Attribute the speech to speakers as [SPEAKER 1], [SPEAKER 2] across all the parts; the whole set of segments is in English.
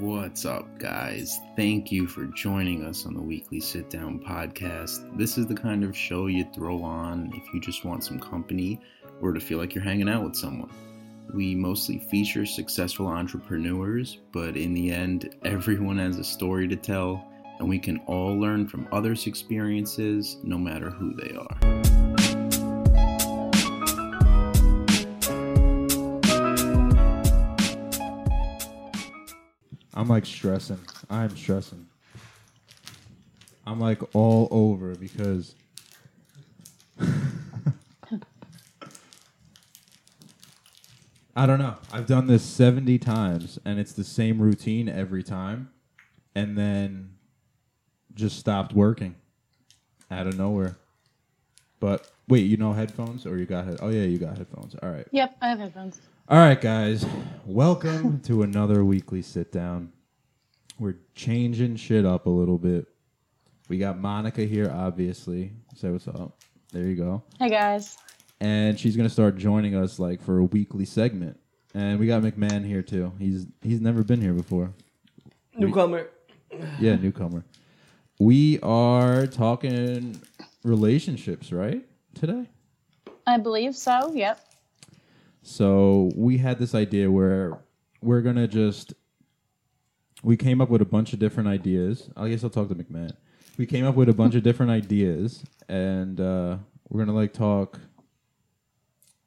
[SPEAKER 1] What's up, guys? Thank you for joining us on the weekly sit down podcast. This is the kind of show you throw on if you just want some company or to feel like you're hanging out with someone. We mostly feature successful entrepreneurs, but in the end, everyone has a story to tell, and we can all learn from others' experiences, no matter who they are.
[SPEAKER 2] I'm like stressing. I'm stressing. I'm like all over because I don't know. I've done this 70 times and it's the same routine every time and then just stopped working out of nowhere. But wait, you know headphones or you got head- Oh yeah, you got headphones. All right.
[SPEAKER 3] Yep, I have headphones.
[SPEAKER 2] All right, guys. Welcome to another weekly sit down. We're changing shit up a little bit. We got Monica here, obviously. Say what's up. There you go.
[SPEAKER 3] Hey guys.
[SPEAKER 2] And she's gonna start joining us like for a weekly segment. And we got McMahon here too. He's he's never been here before.
[SPEAKER 4] Newcomer.
[SPEAKER 2] Yeah, newcomer. We are talking relationships, right? Today.
[SPEAKER 3] I believe so. Yep.
[SPEAKER 2] So we had this idea where we're gonna just we came up with a bunch of different ideas. I guess I'll talk to McMahon. We came up with a bunch of different ideas, and uh, we're gonna like talk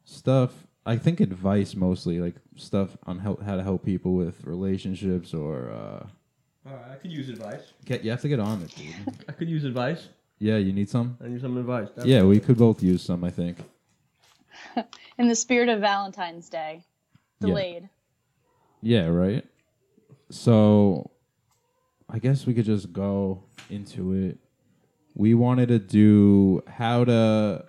[SPEAKER 2] stuff. I think advice mostly, like stuff on help, how to help people with relationships or. Uh,
[SPEAKER 4] Alright, I could use advice.
[SPEAKER 2] get, you have to get on it, dude.
[SPEAKER 4] I could use advice.
[SPEAKER 2] yeah, you need some.
[SPEAKER 4] I need some advice. That's
[SPEAKER 2] Yeah, we could both use some. I think.
[SPEAKER 3] In the spirit of Valentine's Day, delayed.
[SPEAKER 2] Yeah, right. So I guess we could just go into it. We wanted to do how to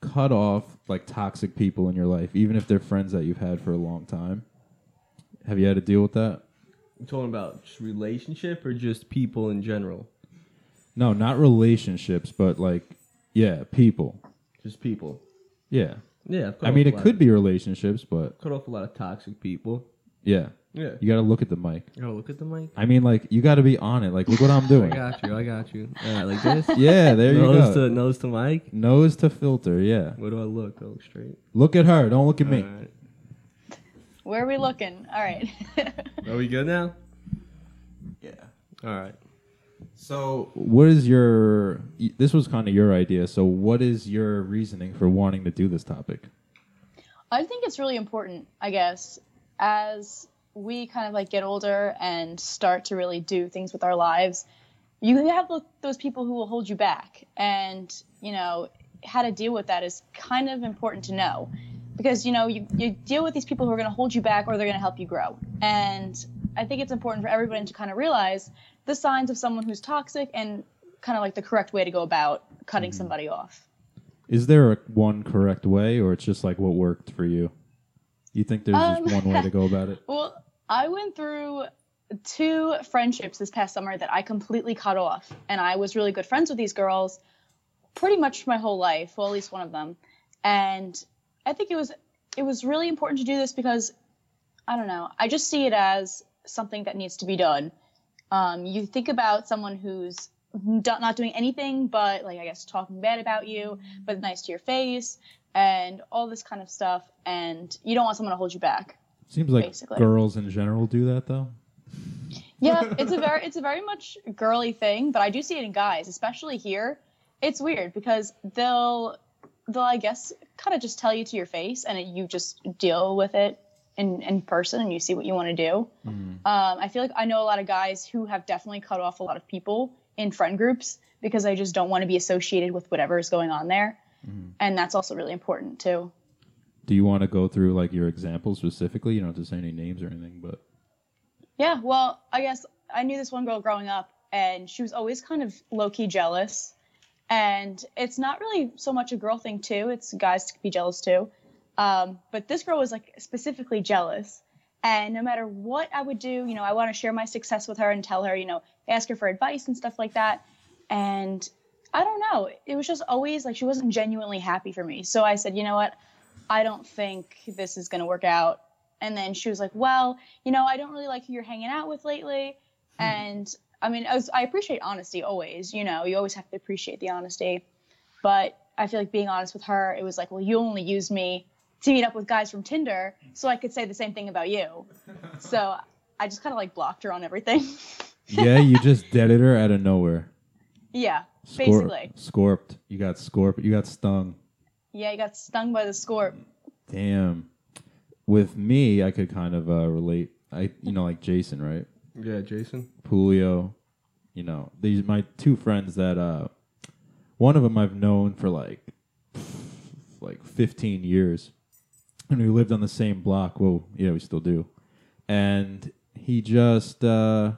[SPEAKER 2] cut off like toxic people in your life, even if they're friends that you've had for a long time. Have you had to deal with that?
[SPEAKER 4] I'm talking about just relationship or just people in general?
[SPEAKER 2] No, not relationships, but like yeah, people.
[SPEAKER 4] Just people.
[SPEAKER 2] Yeah.
[SPEAKER 4] Yeah. I've cut
[SPEAKER 2] I
[SPEAKER 4] off
[SPEAKER 2] mean
[SPEAKER 4] a
[SPEAKER 2] it
[SPEAKER 4] lot
[SPEAKER 2] could
[SPEAKER 4] of-
[SPEAKER 2] be relationships, but
[SPEAKER 4] Cut off a lot of toxic people.
[SPEAKER 2] yeah.
[SPEAKER 4] Yeah.
[SPEAKER 2] You got to look at the mic.
[SPEAKER 4] Oh, look at the mic.
[SPEAKER 2] I mean like you got to be on it. Like look what I'm
[SPEAKER 4] I
[SPEAKER 2] doing.
[SPEAKER 4] got you. I got you. Alright, like this.
[SPEAKER 2] Yeah, there you
[SPEAKER 4] nose
[SPEAKER 2] go.
[SPEAKER 4] to nose to mic.
[SPEAKER 2] Nose to filter, yeah.
[SPEAKER 4] Where do I look? I look straight.
[SPEAKER 2] Look at her. Don't look at me.
[SPEAKER 4] Alright.
[SPEAKER 3] Where are we looking? All right.
[SPEAKER 4] Are we good now?
[SPEAKER 2] Yeah.
[SPEAKER 4] All right.
[SPEAKER 2] So, what is your? y- This was kind of your idea. So, what is your reasoning for wanting to do this topic?
[SPEAKER 3] I think it's really important, I guess, as we kind of like get older and start to really do things with our lives, you have tho- those people who will hold you back. And, you know, how to deal with that is kind of important to know because, you know, you, you deal with these people who are going to hold you back or they're going to help you grow. And I think it's important for everyone to kind of realize the signs of someone who's toxic and kind of like the correct way to go about cutting somebody off.
[SPEAKER 2] Is there a one correct way, or it's just like what worked for you? You think there's just
[SPEAKER 3] Um,
[SPEAKER 2] one way to go about it?
[SPEAKER 3] Well, I went through two friendships this past summer that I completely cut off, and I was really good friends with these girls pretty much my whole life. Well, at least one of them, and I think it was it was really important to do this because I don't know. I just see it as something that needs to be done. Um, you think about someone who's do- not doing anything but like I guess talking bad about you, but nice to your face and all this kind of stuff, and you don't want someone to hold you back.
[SPEAKER 2] Seems like
[SPEAKER 3] basically.
[SPEAKER 2] girls in general do that though.
[SPEAKER 3] Yeah, it's a very it's a very much girly thing, but I do see it in guys, especially here. It's weird because they'll they'll I guess kind of just tell you to your face, and it, you just deal with it in in person, and you see what you want to do. Um, I feel like I know a lot of guys who have definitely cut off a lot of people in friend groups because I just don't want to be associated with whatever is going on there, and that's also really important too.
[SPEAKER 2] Do you want to go through like your example specifically? You don't have to say any names or anything, but
[SPEAKER 3] Yeah, well, I guess I knew this one girl growing up, and she was always kind of low key jealous. And it's not really so much a girl thing, too. It's guys can be jealous, too. Um, but this girl was like specifically jealous. And no matter what I would do, you know, I want to share my success with her and tell her, you know, ask her for advice and stuff like that. And I don't know. It was just always like she wasn't genuinely happy for me. So I said, you know what? I don't think this is going to work out And then she was like, "Well, you know, I don't really like who you're hanging out with lately." And I mean, I, was, I appreciate honesty always. You know, you always have to appreciate the honesty. But I feel like being honest with her, it was like, "Well, you only use me to meet up with guys from Tinder, so I could say the same thing about you." So I just kind of like blocked her on everything.
[SPEAKER 2] yeah, you just deaded her out of nowhere.
[SPEAKER 3] yeah,
[SPEAKER 2] Scor-
[SPEAKER 3] Basically.
[SPEAKER 2] Scorped. You got scorped. You got stung.
[SPEAKER 3] yeah, you got stung by the scorp.
[SPEAKER 2] Damn. With me, I could kind of uh, relate. I, you know, like Jason, right?
[SPEAKER 4] Yeah, Jason.
[SPEAKER 2] Pulio. You know, these my two friends that uh, one of them I've known for like like 15 years, and we lived on the same block. Well, yeah, we still do. And he just, uh,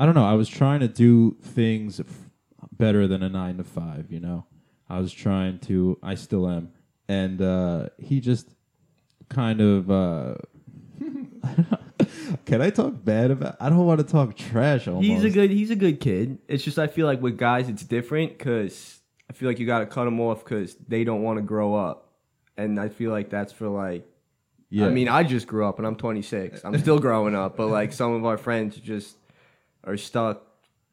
[SPEAKER 2] I don't know. I was trying to do things f- better than a nine to five. You know, I was trying to. I still am. And uh, he just kind of. Uh, can I talk bad about? I don't want to talk trash. Almost.
[SPEAKER 4] He's a good he's a good kid. It's just I feel like with guys it's different cuz I feel like you got to cut them off cuz they don't want to grow up. And I feel like that's for like
[SPEAKER 2] Yeah.
[SPEAKER 4] I mean, I just grew up and I'm 26. I'm still growing up, but like some of our friends just are stuck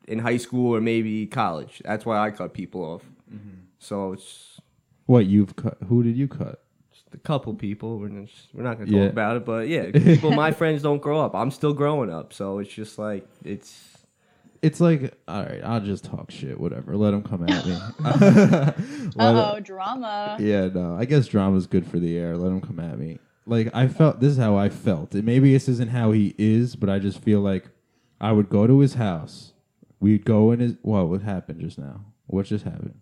[SPEAKER 4] in high school or maybe college. That's why I cut people off. So it's
[SPEAKER 2] what you've cut? Who did you cut?
[SPEAKER 4] just a couple people. We're, just, we're not going to
[SPEAKER 2] Yeah.
[SPEAKER 4] talk about it, but yeah, people, my friends don't grow up. I'm still growing up. So it's just like, it's.
[SPEAKER 2] It's like, all right, I'll just talk shit. Whatever. Let him come at me. Let-
[SPEAKER 3] Uh oh, drama.
[SPEAKER 2] Yeah, no. I guess drama's good for the air. Let him come at me. Like I felt this is how I felt. And maybe this isn't how he is, but I just feel like I would go to his house. We'd go in his what what happened just now? What just happened?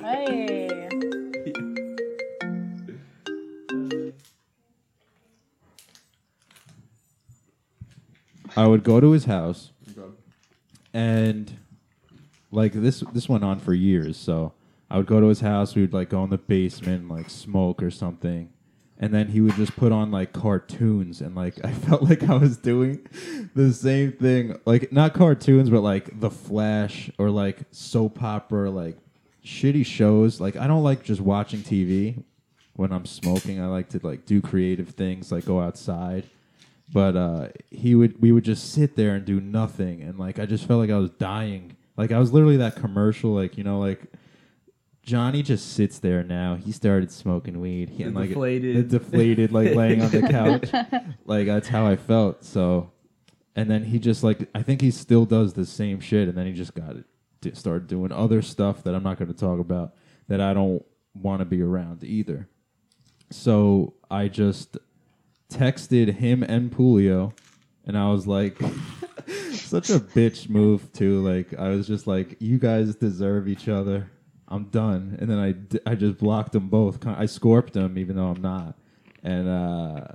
[SPEAKER 3] Hey.
[SPEAKER 2] I would go to his house and like this this went on for years, so I would go to his house, we would like go in the basement and like smoke or something. And then he would just put on like cartoons and like I felt like I was doing the same thing. Like not cartoons, but like the flash or like soap opera, like shitty shows. Like I don't like just watching TV when I'm smoking. I like to like do creative things, like go outside but uh, he would we would just sit there and do nothing and like i just felt like i was dying like i was literally that commercial like you know like johnny just sits there now he started smoking weed he,
[SPEAKER 4] The
[SPEAKER 2] and, like
[SPEAKER 4] deflated-
[SPEAKER 2] the deflated like laying on the couch like that's how i felt so and then he just like i think he still does the same shit and then he just got it d- started doing other stuff that i'm not going to talk about that i don't want to be around either so i just texted him and Pulio, and I was like, such a bitch move too. Like I was just like, you guys deserve each other. I'm done. And then I, d- I just blocked them both. Ki- I scorped them even though I'm not. And uh,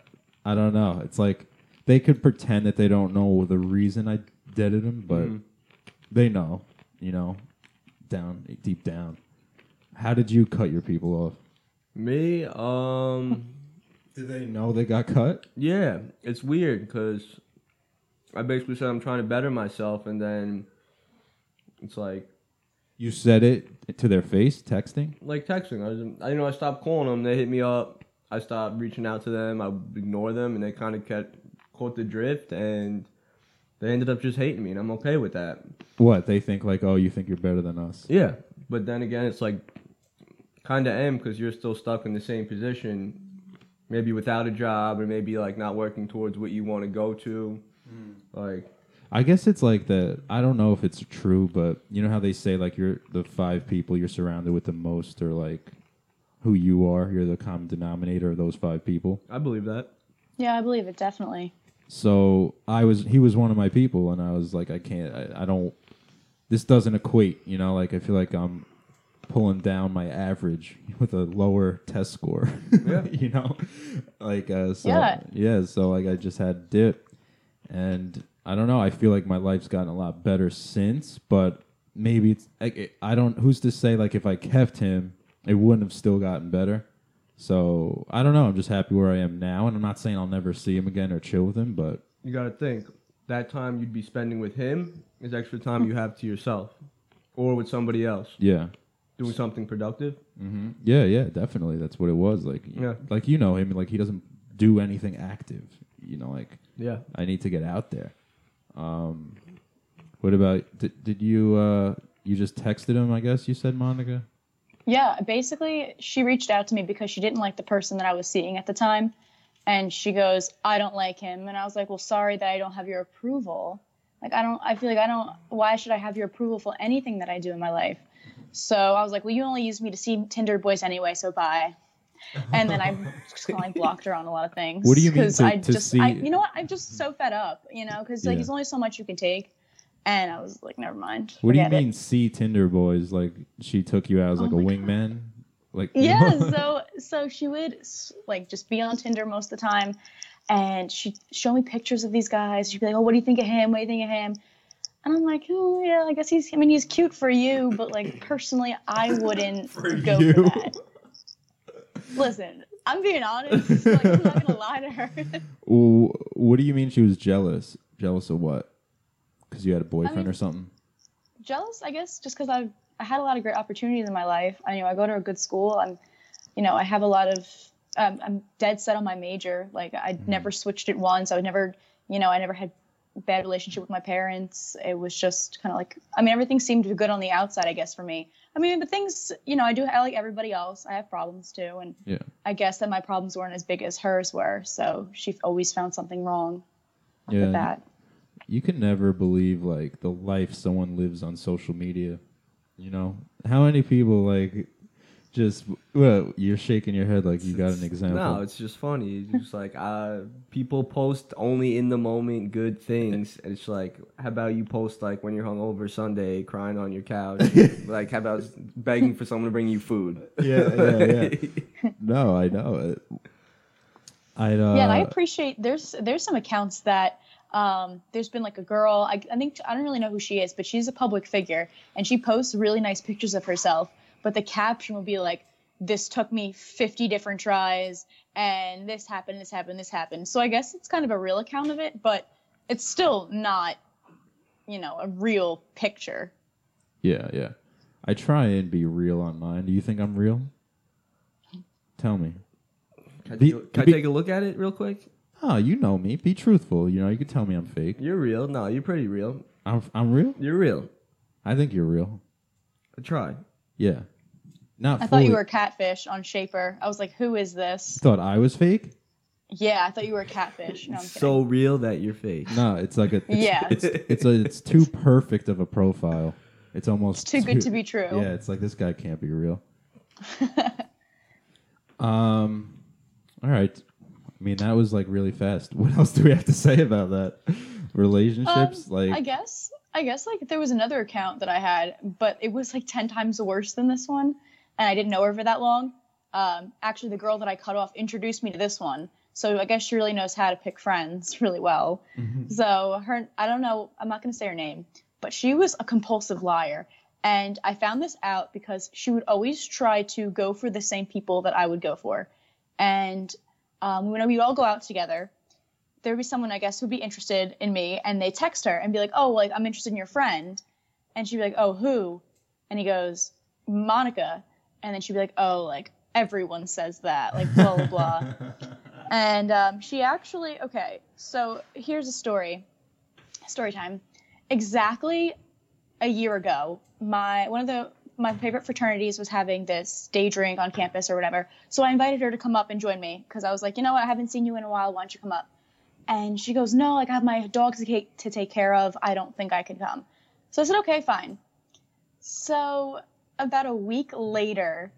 [SPEAKER 2] I don't know. It's like they could pretend that they don't know the reason I deaded them, but they know. You know, down deep down. How did you cut your people off?
[SPEAKER 4] Me, um.
[SPEAKER 2] Did they know they got cut?
[SPEAKER 4] Yeah, it's weird because I basically said I'm trying to better myself, and then it's like
[SPEAKER 2] You said it to their face, texting.
[SPEAKER 4] like texting. I was, I you know I stopped calling them. They hit me up. I stopped reaching out to them. I would ignore them, and they kind of kept caught the drift, and they ended up just hating me, and I'm okay with that.
[SPEAKER 2] What they think like, oh, you think you're better than us?
[SPEAKER 4] Yeah, but then again, it's like kind of am because you're still stuck in the same position, maybe without a job, or maybe like not working towards what you want to go to, like.
[SPEAKER 2] I guess it's like the I don't know if it's true, but you know how they say like you're the five people you're surrounded with the most are like who you are. You're the common denominator of those five people.
[SPEAKER 4] I believe that.
[SPEAKER 3] Yeah, I believe it definitely.
[SPEAKER 2] So I was he was one of my people, and I was like, I can't, I, I don't. This doesn't equate, you know. Like I feel like I'm pulling down my average with a lower test score.
[SPEAKER 4] Yeah.
[SPEAKER 2] you know, like uh, so
[SPEAKER 3] Yeah.
[SPEAKER 2] yeah. So like I just had dip, and I don't know. I feel like my life's gotten a lot better since, but maybe it's like it- I don't. Who's to say like if I kept him, it wouldn't have still gotten better. So I don't know. I'm just happy where I am now, and I'm not saying I'll never see him again or chill with him, but
[SPEAKER 4] you got to think that time you'd be spending with him is extra time you have to yourself or with somebody else
[SPEAKER 2] yeah,
[SPEAKER 4] doing something productive.
[SPEAKER 2] hmm Yeah, yeah, definitely. That's what it was. Like,
[SPEAKER 4] Yeah.
[SPEAKER 2] like you know him. Like he doesn't do anything active. You know, like
[SPEAKER 4] Yeah.
[SPEAKER 2] I need to get out there. Um, what about did, did you uh, you just texted him? I guess you said Monica.
[SPEAKER 3] Yeah, basically, she reached out to me because she didn't like the person that I was seeing at the time. And she goes, I don't like him. And I was like, Well, sorry that I don't have your approval. Like, I don't, I feel like I don't, why should I have your approval for anything that I do in my life? So I was like, Well, you only use me to see Tinder boys anyway, so bye. And then I just kind of like blocked her on a lot of things.
[SPEAKER 2] What do you mean
[SPEAKER 3] 'cause
[SPEAKER 2] to-
[SPEAKER 3] I
[SPEAKER 2] to
[SPEAKER 3] just,
[SPEAKER 2] see-
[SPEAKER 3] I, you know what? I'm just so fed up, you know, because like,
[SPEAKER 2] Yeah.
[SPEAKER 3] there's only so much you can take. And I was like, Never mind.
[SPEAKER 2] What do you
[SPEAKER 3] forget it."
[SPEAKER 2] mean, see Tinder boys? Like she took you out as like a wingman? Like
[SPEAKER 3] yeah so so she would s- like just be on tinder most of the time and she'd show me pictures of these guys she'd be like oh what do you think of him what do you think of him and i'm like oh yeah i guess he's i mean he's cute for you but like personally i wouldn't go
[SPEAKER 2] you.
[SPEAKER 3] for that listen i'm being honest like, i'm not gonna lie to her
[SPEAKER 2] Wh- what do you mean she was jealous? Jealous of what? Because you had a boyfriend
[SPEAKER 3] mean-
[SPEAKER 2] or something?
[SPEAKER 3] jealous i guess just because i've i had a lot of great opportunities in my life i you know i go to a good school i'm you know i have a lot of um, i'm dead set on my major like i never switched it once i would never you know i never had bad relationship with my parents it was just kind of like i mean everything seemed to be good on the outside i guess for me i mean but things you know i do i like everybody else i have problems too and
[SPEAKER 2] Yeah.
[SPEAKER 3] i guess that my problems weren't as big as hers were so she always found something wrong
[SPEAKER 2] Yeah.
[SPEAKER 3] with that
[SPEAKER 2] You can never believe like the life someone lives on social media. You know how many people like just well you're shaking your head like you got an example.
[SPEAKER 4] No, it's just funny. It's just like uh, people post only in the moment good things. And It's like, how about you post like when you're hungover Sunday, crying on your couch, like how about begging for someone to bring you food?
[SPEAKER 2] yeah, yeah, yeah. no, I know it. I'd uh,
[SPEAKER 3] yeah, and I appreciate there's there's some accounts that um, there's been like a girl. I, I think I don't really know who she is, but she's a public figure, and she posts really nice pictures of herself. But the caption will be like, "This took me 50 different tries, and this happened, this happened, this happened." So I guess it's kind of a real account of it, but it's still not, you know, a real picture.
[SPEAKER 2] Yeah, yeah. I try and be real online. Do you think I'm real? Tell me.
[SPEAKER 4] Can I,
[SPEAKER 2] Be-
[SPEAKER 4] take, a- can I
[SPEAKER 2] be-
[SPEAKER 4] take a look at it real quick?
[SPEAKER 2] Oh, you know me. Be truthful. You know, you could tell me I'm fake.
[SPEAKER 4] You're real. No, you're pretty real.
[SPEAKER 2] I'm I'm real.
[SPEAKER 4] You're real.
[SPEAKER 2] I think you're real.
[SPEAKER 4] Try.
[SPEAKER 2] Yeah. Not.
[SPEAKER 3] I thought you
[SPEAKER 2] fully.
[SPEAKER 3] were a catfish on Shaper. I was like, "Who is this?"
[SPEAKER 2] Thought I was fake?
[SPEAKER 3] Yeah, I thought you were a catfish. No, I'm kidding.
[SPEAKER 4] So real that you're fake.
[SPEAKER 2] No, it's like a. It's,
[SPEAKER 3] Yeah.
[SPEAKER 2] It's it's a, it's too perfect of a profile. It's almost
[SPEAKER 3] It's too good to be true.
[SPEAKER 2] Yeah, it's like this guy can't be real. um, all right. I mean, that was like really fast. What else do we have to say about that? Relationships,
[SPEAKER 3] Um,
[SPEAKER 2] like
[SPEAKER 3] I guess I guess like there was another account that I had, but it was like ten times worse than this one, and I didn't know her for that long. Um, actually, the girl that I cut off introduced me to this one, so I guess she really knows how to pick friends really well.
[SPEAKER 2] Mm-hmm.
[SPEAKER 3] So her, I don't know, I'm not gonna say her name, but she was a compulsive liar, and I found this out because she would always try to go for the same people that I would go for, and um, when we would all go out together, there'd be someone I guess who'd be interested in me, and they text her and be like, "Oh, like I'm interested in your friend," and she'd be like, "Oh, who?" And he goes, "Monica," and then she'd be like, "Oh, like everyone says that, like blah blah blah." and um, she actually, okay, so here's a story, story time. Exactly a year ago, my one of the my favorite fraternities was having this day drink on campus or whatever. So I invited her to come up and join me because I was like, you know what, I haven't seen you in a while. Why don't you come up? And she goes, No, like I have my dogs to take, to take care of. I don't think I can come. So I said, Okay, fine. So about a week later,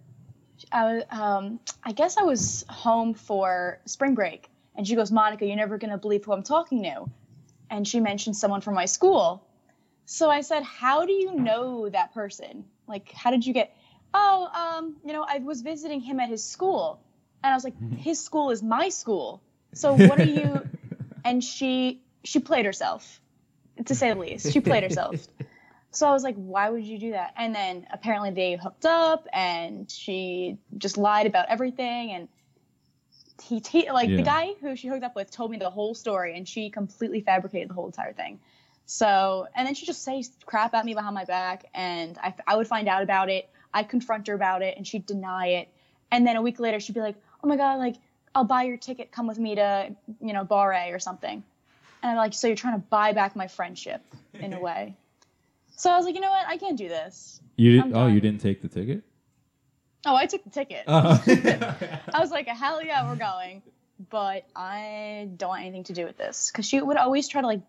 [SPEAKER 3] I, was- um, I guess I was home for spring break. And she goes, Monica, you're never going to believe who I'm talking to. And she mentioned someone from my school. So I said, How do you know that person? Like, how did you get? Oh, um, you know, I was visiting him at his school. And I was like, His school is my school. So what are you? and she she played herself to say the least she played herself so i was like why would you do that and then apparently they hooked up and she just lied about everything and he t- like
[SPEAKER 2] Yeah.
[SPEAKER 3] the guy who she hooked up with told me the whole story and she completely fabricated the whole entire thing so and then she just say crap at me behind my back and i, I would find out about it I confront her about it and she'd deny it. And then a week later, she'd be like, oh my God, like, I'll buy your ticket. Come with me to, you know, Bar A or something. And I'm like, so you're trying to buy back my friendship in a way. So I was like, you know what? I can't do this.
[SPEAKER 2] You
[SPEAKER 3] I'm
[SPEAKER 2] did, oh, you
[SPEAKER 3] done.
[SPEAKER 2] didn't take the ticket.
[SPEAKER 3] Oh, I took the ticket.
[SPEAKER 2] Oh.
[SPEAKER 3] I was like, hell yeah, we're going. But I don't want anything to do with this. Cause she would always try to like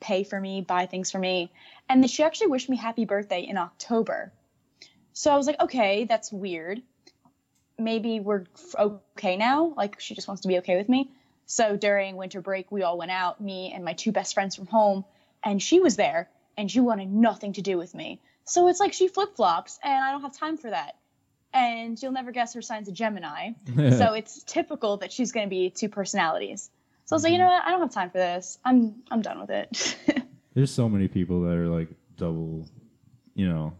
[SPEAKER 3] pay for me, buy things for me. And then she actually wished me happy birthday in October. So I was like, okay, that's weird. Maybe we're f- okay now. Like she just wants to be okay with me. So during winter break, we all went out, me and my two best friends from home, and she was there and she wanted nothing to do with me. So it's like she flip flops and I don't have time for that. And you'll never guess her sign's a Gemini so it's typical that she's going to be two personalities. So I was like, you
[SPEAKER 2] Mm-hmm.
[SPEAKER 3] know what? I don't have time for this. I'm I'm done with it.
[SPEAKER 2] There's so many people that are like double, you know.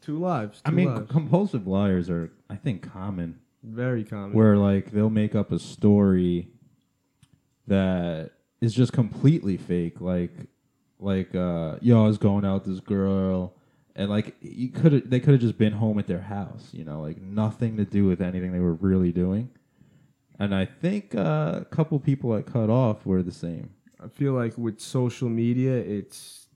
[SPEAKER 4] Two lives.
[SPEAKER 2] I
[SPEAKER 4] two
[SPEAKER 2] mean,
[SPEAKER 4] lives.
[SPEAKER 2] compulsive liars are, I think, common.
[SPEAKER 4] very common.
[SPEAKER 2] Where like they'll make up a story that is just completely fake. Like, like, uh, yo, I was going out with this girl, and like, you could they could have just been home at their house. You know, like nothing to do with anything they were really doing. And I think uh, a couple people that cut off were the same.
[SPEAKER 4] I feel like with social media, it's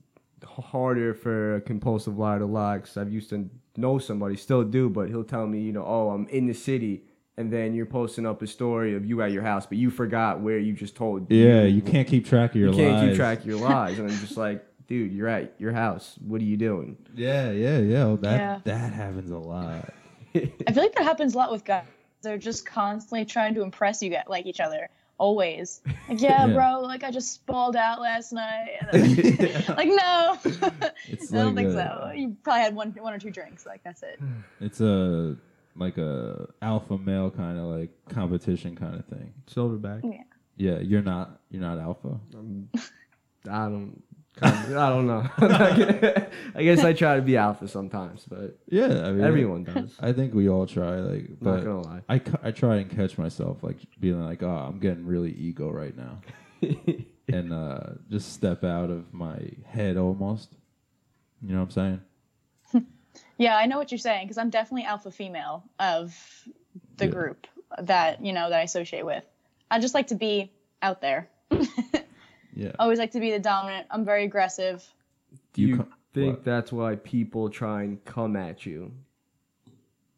[SPEAKER 4] harder for a compulsive liar to lie because I've used to know somebody, still do, but he'll tell me, you know, oh, I'm in the city. And then you're posting up a story of you at your house, but you forgot where you just told.
[SPEAKER 2] Yeah, you can't keep track of your
[SPEAKER 4] You can't
[SPEAKER 2] lies.
[SPEAKER 4] keep track of your lies. And I'm just like, dude, you're at your house. What are you doing?
[SPEAKER 2] Yeah, yeah, yeah. Well, that
[SPEAKER 3] Yeah.
[SPEAKER 2] that happens a lot.
[SPEAKER 3] I feel like that happens a lot with guys. They're just constantly trying to impress you guys, like each other. Always. Like, yeah,
[SPEAKER 2] Yeah.
[SPEAKER 3] bro, like I just spalled out last night. like, no.
[SPEAKER 2] It's
[SPEAKER 3] I don't
[SPEAKER 2] like
[SPEAKER 3] think
[SPEAKER 2] a-
[SPEAKER 3] so. You probably had one one or two drinks, like that's it.
[SPEAKER 2] It's a like a alpha male kind of like competition kind of thing.
[SPEAKER 4] Silverback.
[SPEAKER 2] Yeah, you're not you're not alpha.
[SPEAKER 4] I don't. I don't know. I guess I try to be alpha sometimes, but
[SPEAKER 2] Yeah, I mean
[SPEAKER 4] everyone does.
[SPEAKER 2] I think we all try like,
[SPEAKER 4] not
[SPEAKER 2] but
[SPEAKER 4] gonna lie.
[SPEAKER 2] I ca- I try and catch myself like being like, oh, I'm getting really ego right now, and uh, just step out of my head almost. You know what I'm saying?
[SPEAKER 3] Yeah, I know what you're saying because I'm definitely alpha female of the
[SPEAKER 2] Yeah.
[SPEAKER 3] group that you know that I associate with. I just like to be out there.
[SPEAKER 2] Yeah.
[SPEAKER 3] Always like to be the dominant. I'm very aggressive.
[SPEAKER 4] Do
[SPEAKER 2] You
[SPEAKER 4] you,
[SPEAKER 2] co-
[SPEAKER 4] think
[SPEAKER 2] what?
[SPEAKER 4] that's why people try and come at you?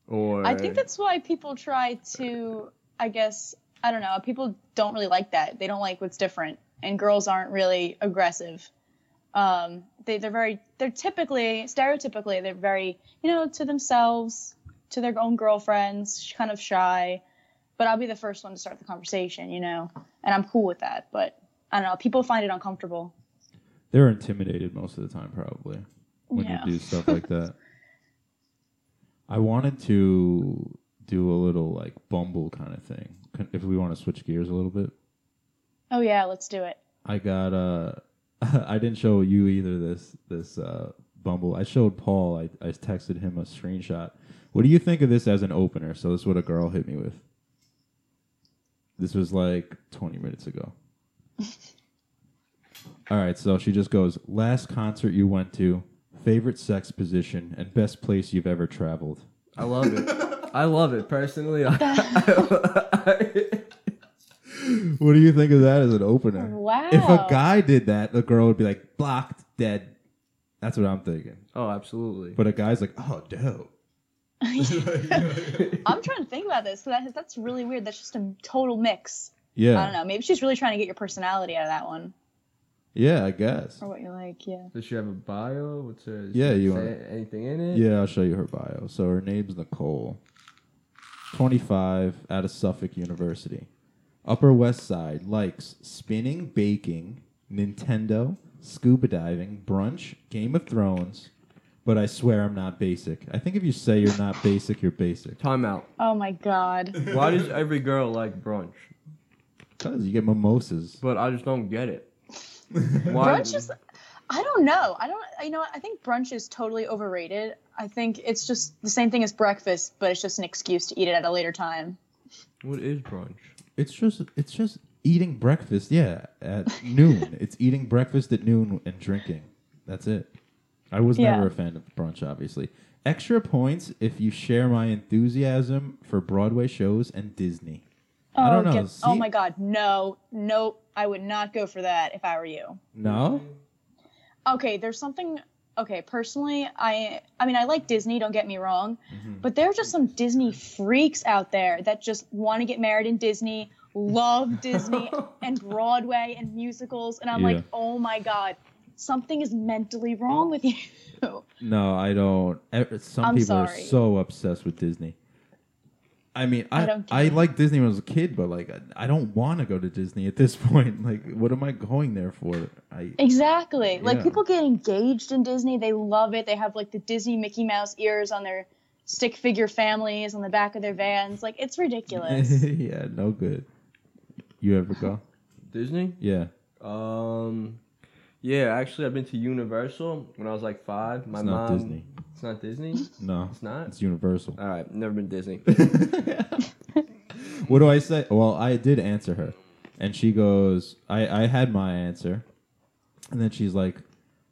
[SPEAKER 4] Or
[SPEAKER 3] I think that's why people try to, I guess, I don't know. People don't really like that. They don't like what's different, and girls aren't really aggressive. Um, they they're very they're typically stereotypically they're very you know to themselves, to their own girlfriends, sh- kind of shy. But I'll be the first one to start the conversation, you know, and I'm cool with that. But I don't know. People find it uncomfortable.
[SPEAKER 2] They're intimidated most of the time, probably, when
[SPEAKER 3] Yeah.
[SPEAKER 2] you do stuff like that. I wanted to do a little like Bumble kind of thing. Can- If we want to switch gears a little bit,
[SPEAKER 3] Oh yeah, let's do it.
[SPEAKER 2] I got uh, I didn't show you either this this uh, Bumble. I showed Paul. I I texted him a screenshot. What do you think of this as an opener? So this is what a girl hit me with. This was like 20 minutes ago. All right, so she just goes, last concert you went to, favorite sex position, and best place you've ever traveled.
[SPEAKER 4] I love it. I love it personally. I, I,
[SPEAKER 2] What do you think of that as an opener?
[SPEAKER 3] Oh, Wow.
[SPEAKER 2] If a guy did that, the girl would be like, blocked, dead. That's what I'm thinking.
[SPEAKER 4] oh, absolutely.
[SPEAKER 2] But a guy's like, oh, dope.
[SPEAKER 3] I'm trying to think about this. That, that's really weird. That's just a total mix.
[SPEAKER 2] Yeah.
[SPEAKER 3] I don't know. Maybe she's really trying to get your personality out of that one,
[SPEAKER 2] Yeah, I guess.
[SPEAKER 3] or what you like. Yeah.
[SPEAKER 4] Does she have a bio? What's her? does
[SPEAKER 2] Yeah,
[SPEAKER 4] she
[SPEAKER 2] you
[SPEAKER 4] say
[SPEAKER 2] wanna-
[SPEAKER 4] anything in it?
[SPEAKER 2] Yeah, I'll show you her bio. So her name's Nicole. 25 out of Suffolk University. Upper West Side likes spinning, baking, Nintendo, scuba diving, brunch, Game of Thrones. But I swear I'm not basic. I think if you say you're not basic, you're basic.
[SPEAKER 4] Time out.
[SPEAKER 3] Oh my god.
[SPEAKER 4] Why does every girl like brunch?
[SPEAKER 2] Because you get mimosas.
[SPEAKER 4] But I just don't get it. Why?
[SPEAKER 3] brunch is. I don't know. I don't. You know. what? I think brunch is totally overrated. I think it's just the same thing as breakfast, but it's just an excuse to eat it at a later time.
[SPEAKER 4] What is brunch?
[SPEAKER 2] It's just it's just eating breakfast, yeah, at noon. It's eating breakfast at noon and drinking. That's it. I was
[SPEAKER 3] Yeah.
[SPEAKER 2] never a fan of brunch, obviously. Extra points if you share my enthusiasm for Broadway shows and Disney.
[SPEAKER 3] Oh,
[SPEAKER 2] I don't know.
[SPEAKER 3] get- oh
[SPEAKER 2] See-
[SPEAKER 3] my god, no, no, I would not go for that if I were you.
[SPEAKER 2] No?
[SPEAKER 3] Okay, there's something. Okay, personally, I I mean I like Disney. Don't get me wrong,
[SPEAKER 2] Mm-hmm.
[SPEAKER 3] but there are just some Disney freaks out there that just want to get married in Disney, love Disney and Broadway and musicals, and I'm
[SPEAKER 2] Yeah.
[SPEAKER 3] like, oh my god, something is mentally wrong with you.
[SPEAKER 2] No, I don't. Ev- Some
[SPEAKER 3] I'm
[SPEAKER 2] people are
[SPEAKER 3] sorry.
[SPEAKER 2] so obsessed with Disney. I mean, I
[SPEAKER 3] I don't
[SPEAKER 2] I,
[SPEAKER 3] get it.
[SPEAKER 2] like Disney when I was a kid, but like I, I don't want to go to Disney at this point. Like, what am I going there for? I
[SPEAKER 3] Exactly. Like
[SPEAKER 2] Yeah.
[SPEAKER 3] people get engaged in Disney. They love it. They have like the Disney Mickey Mouse ears on their stick figure families on the back of their vans. Like it's ridiculous.
[SPEAKER 2] yeah, no good. You ever go?
[SPEAKER 4] Disney?
[SPEAKER 2] Yeah,
[SPEAKER 4] Um, yeah, actually, I've been to Universal when I was like five. My
[SPEAKER 2] it's not
[SPEAKER 4] mom.
[SPEAKER 2] Disney.
[SPEAKER 4] It's not Disney.
[SPEAKER 2] No,
[SPEAKER 4] It's not.
[SPEAKER 2] it's Universal.
[SPEAKER 4] All right, never been to Disney.
[SPEAKER 2] what do I say? Well, I did answer her, and she goes, "I I had my answer," and then she's like,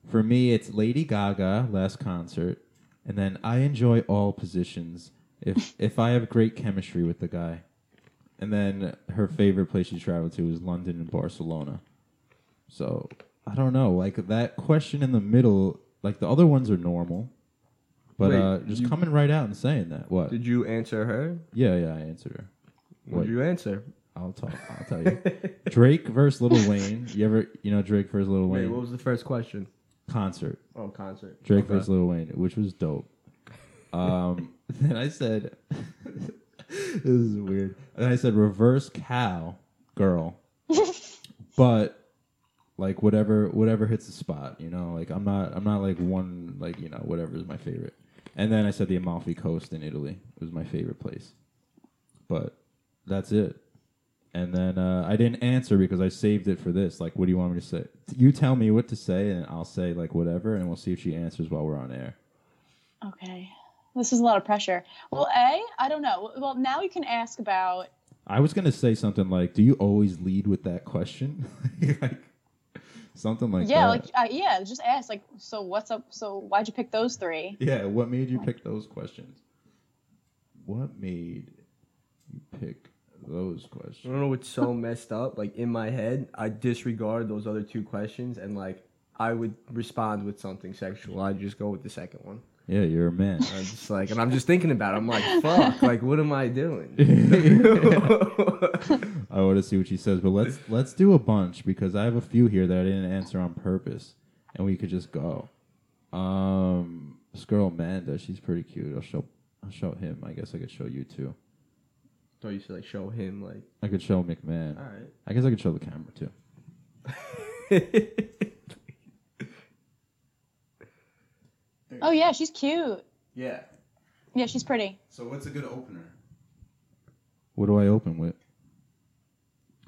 [SPEAKER 2] "For me, it's Lady Gaga last concert, and then I enjoy all positions if if I have great chemistry with the guy." And then her favorite place she traveled to was London and Barcelona. So I don't know, like that question in the middle, like the other ones are normal. But
[SPEAKER 4] Wait,
[SPEAKER 2] uh, just
[SPEAKER 4] you-
[SPEAKER 2] coming right out and saying that. What?
[SPEAKER 4] Did you answer her?
[SPEAKER 2] yeah, yeah, I answered her.
[SPEAKER 4] What
[SPEAKER 2] What?
[SPEAKER 4] did you answer?
[SPEAKER 2] I'll talk. I'll tell you. Drake versus Little Wayne. You ever, you know, Drake versus Little
[SPEAKER 4] Wait,
[SPEAKER 2] Wayne
[SPEAKER 4] what was the first question?
[SPEAKER 2] concert.
[SPEAKER 4] Oh, concert.
[SPEAKER 2] Drake
[SPEAKER 4] Okay.
[SPEAKER 2] versus Little Wayne, which was dope. Um, then I said, "This is weird." And I said, "Reverse cow girl," but like whatever, whatever hits the spot, you know. Like I'm not, I'm not like one, like you know, whatever is my favorite. And then I said the Amalfi Coast in Italy was my favorite place, but that's it. And then uh, I didn't answer because I saved it for this. Like, what do you want me to say? You tell me what to say, and I'll say like whatever, and we'll see if she answers while we're on air.
[SPEAKER 3] okay. This is a lot of pressure. Well, A, I don't know. Well, now you can ask about
[SPEAKER 2] I was gonna say something like, "Do you always lead with that question?" like something like
[SPEAKER 3] yeah,
[SPEAKER 2] that.
[SPEAKER 3] like uh, yeah, just ask like so what's up so why'd you pick those three?
[SPEAKER 2] yeah. What made you pick those questions? What made you pick those
[SPEAKER 4] I
[SPEAKER 2] questions?
[SPEAKER 4] don't know what's so messed up. Like in my head, I disregard those other two questions and like I would respond with something sexual. I just go with the second one.
[SPEAKER 2] Yeah, you're a man.
[SPEAKER 4] I'm just like, and I'm just thinking about. it. I'm like, fuck. Like, what am I doing?
[SPEAKER 2] I want to see what she says, but let's let's do a bunch because I have a few here that I didn't answer on purpose, and we could just go. Um, this girl Amanda, she's pretty cute. I'll show I'll show him. I guess I could show you too.
[SPEAKER 4] Thought you should like show him. Like,
[SPEAKER 2] I could show McMahon.
[SPEAKER 4] all
[SPEAKER 2] I guess I could show the camera too.
[SPEAKER 4] right.
[SPEAKER 3] Oh yeah, she's cute.
[SPEAKER 1] Yeah.
[SPEAKER 3] Yeah, she's pretty.
[SPEAKER 1] So what's a good opener?
[SPEAKER 2] What do I open with?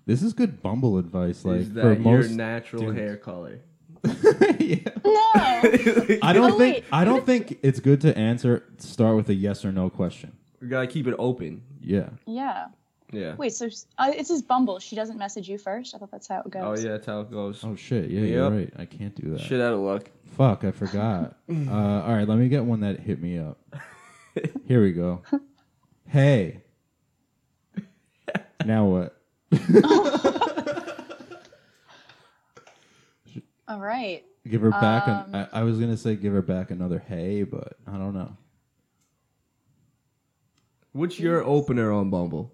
[SPEAKER 2] This is good Bumble advice, like
[SPEAKER 4] Is that
[SPEAKER 2] for
[SPEAKER 4] your
[SPEAKER 2] most.
[SPEAKER 4] natural
[SPEAKER 2] dudes.
[SPEAKER 4] hair color?
[SPEAKER 2] Yeah.
[SPEAKER 3] No.
[SPEAKER 2] I don't
[SPEAKER 3] Oh,
[SPEAKER 2] think
[SPEAKER 3] wait.
[SPEAKER 2] I don't think it's good to answer. Start with a yes or no question.
[SPEAKER 4] We gotta keep it open.
[SPEAKER 2] Yeah.
[SPEAKER 3] yeah.
[SPEAKER 4] Yeah.
[SPEAKER 3] Wait, so uh, it says Bumble. She doesn't message you first? I thought that's how it goes.
[SPEAKER 4] Oh yeah, that's how it goes.
[SPEAKER 2] Oh shit. Yeah, you're
[SPEAKER 4] Yep.
[SPEAKER 2] right. I can't do that.
[SPEAKER 4] Shit out of luck.
[SPEAKER 2] Fuck, I forgot. uh, all right, let me get one that hit me up. Here we go. Hey. now what?
[SPEAKER 3] All right.
[SPEAKER 2] Give her back. an,
[SPEAKER 3] Um,
[SPEAKER 2] I, I was gonna say give her back another hey, but I don't know.
[SPEAKER 4] What's your opener on Bumble?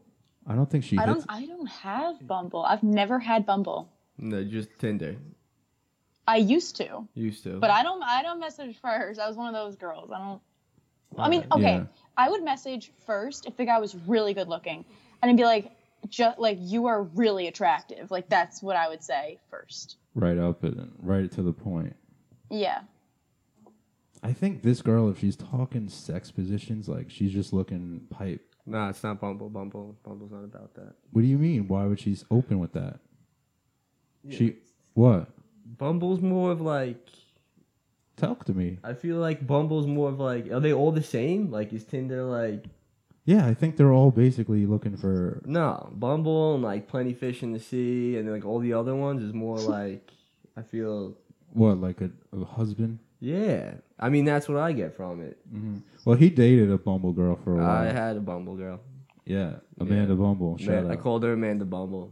[SPEAKER 2] I don't think she
[SPEAKER 3] I
[SPEAKER 2] hits.
[SPEAKER 3] don't. I don't have Bumble. I've never had Bumble.
[SPEAKER 4] No, just Tinder.
[SPEAKER 3] I used to,
[SPEAKER 4] Used to.
[SPEAKER 3] but I don't. I don't message first. I was one of those girls. I don't. I mean, okay.
[SPEAKER 2] Yeah.
[SPEAKER 3] I would message first if the guy was really good looking, and I'd be like, just like you are really attractive. Like that's what I would say first.
[SPEAKER 2] Right up it, right to the point.
[SPEAKER 3] Yeah.
[SPEAKER 2] I think this girl, if she's talking sex positions, like she's just looking pipe.
[SPEAKER 4] Nah, it's not Bumble. Bumble. Bumble's not about that.
[SPEAKER 2] What do you mean? Why would she's open with that? She what?
[SPEAKER 4] Bumble's more of like
[SPEAKER 2] Talk to me.
[SPEAKER 4] I feel like Bumble's more of like are they all the same? Like is Tinder like
[SPEAKER 2] Yeah, I think they're all basically looking for
[SPEAKER 4] no Bumble and like Plenty Fish in the Sea and like all the other ones is more like I feel
[SPEAKER 2] what, like a, a husband.
[SPEAKER 4] Yeah, I mean that's what I get from it.
[SPEAKER 2] Well, he dated a Bumble girl for a while.
[SPEAKER 4] I had a Bumble girl.
[SPEAKER 2] yeah, Amanda Bumble. Shout
[SPEAKER 4] Uh, Man, I
[SPEAKER 2] out.
[SPEAKER 4] called her Amanda Bumble.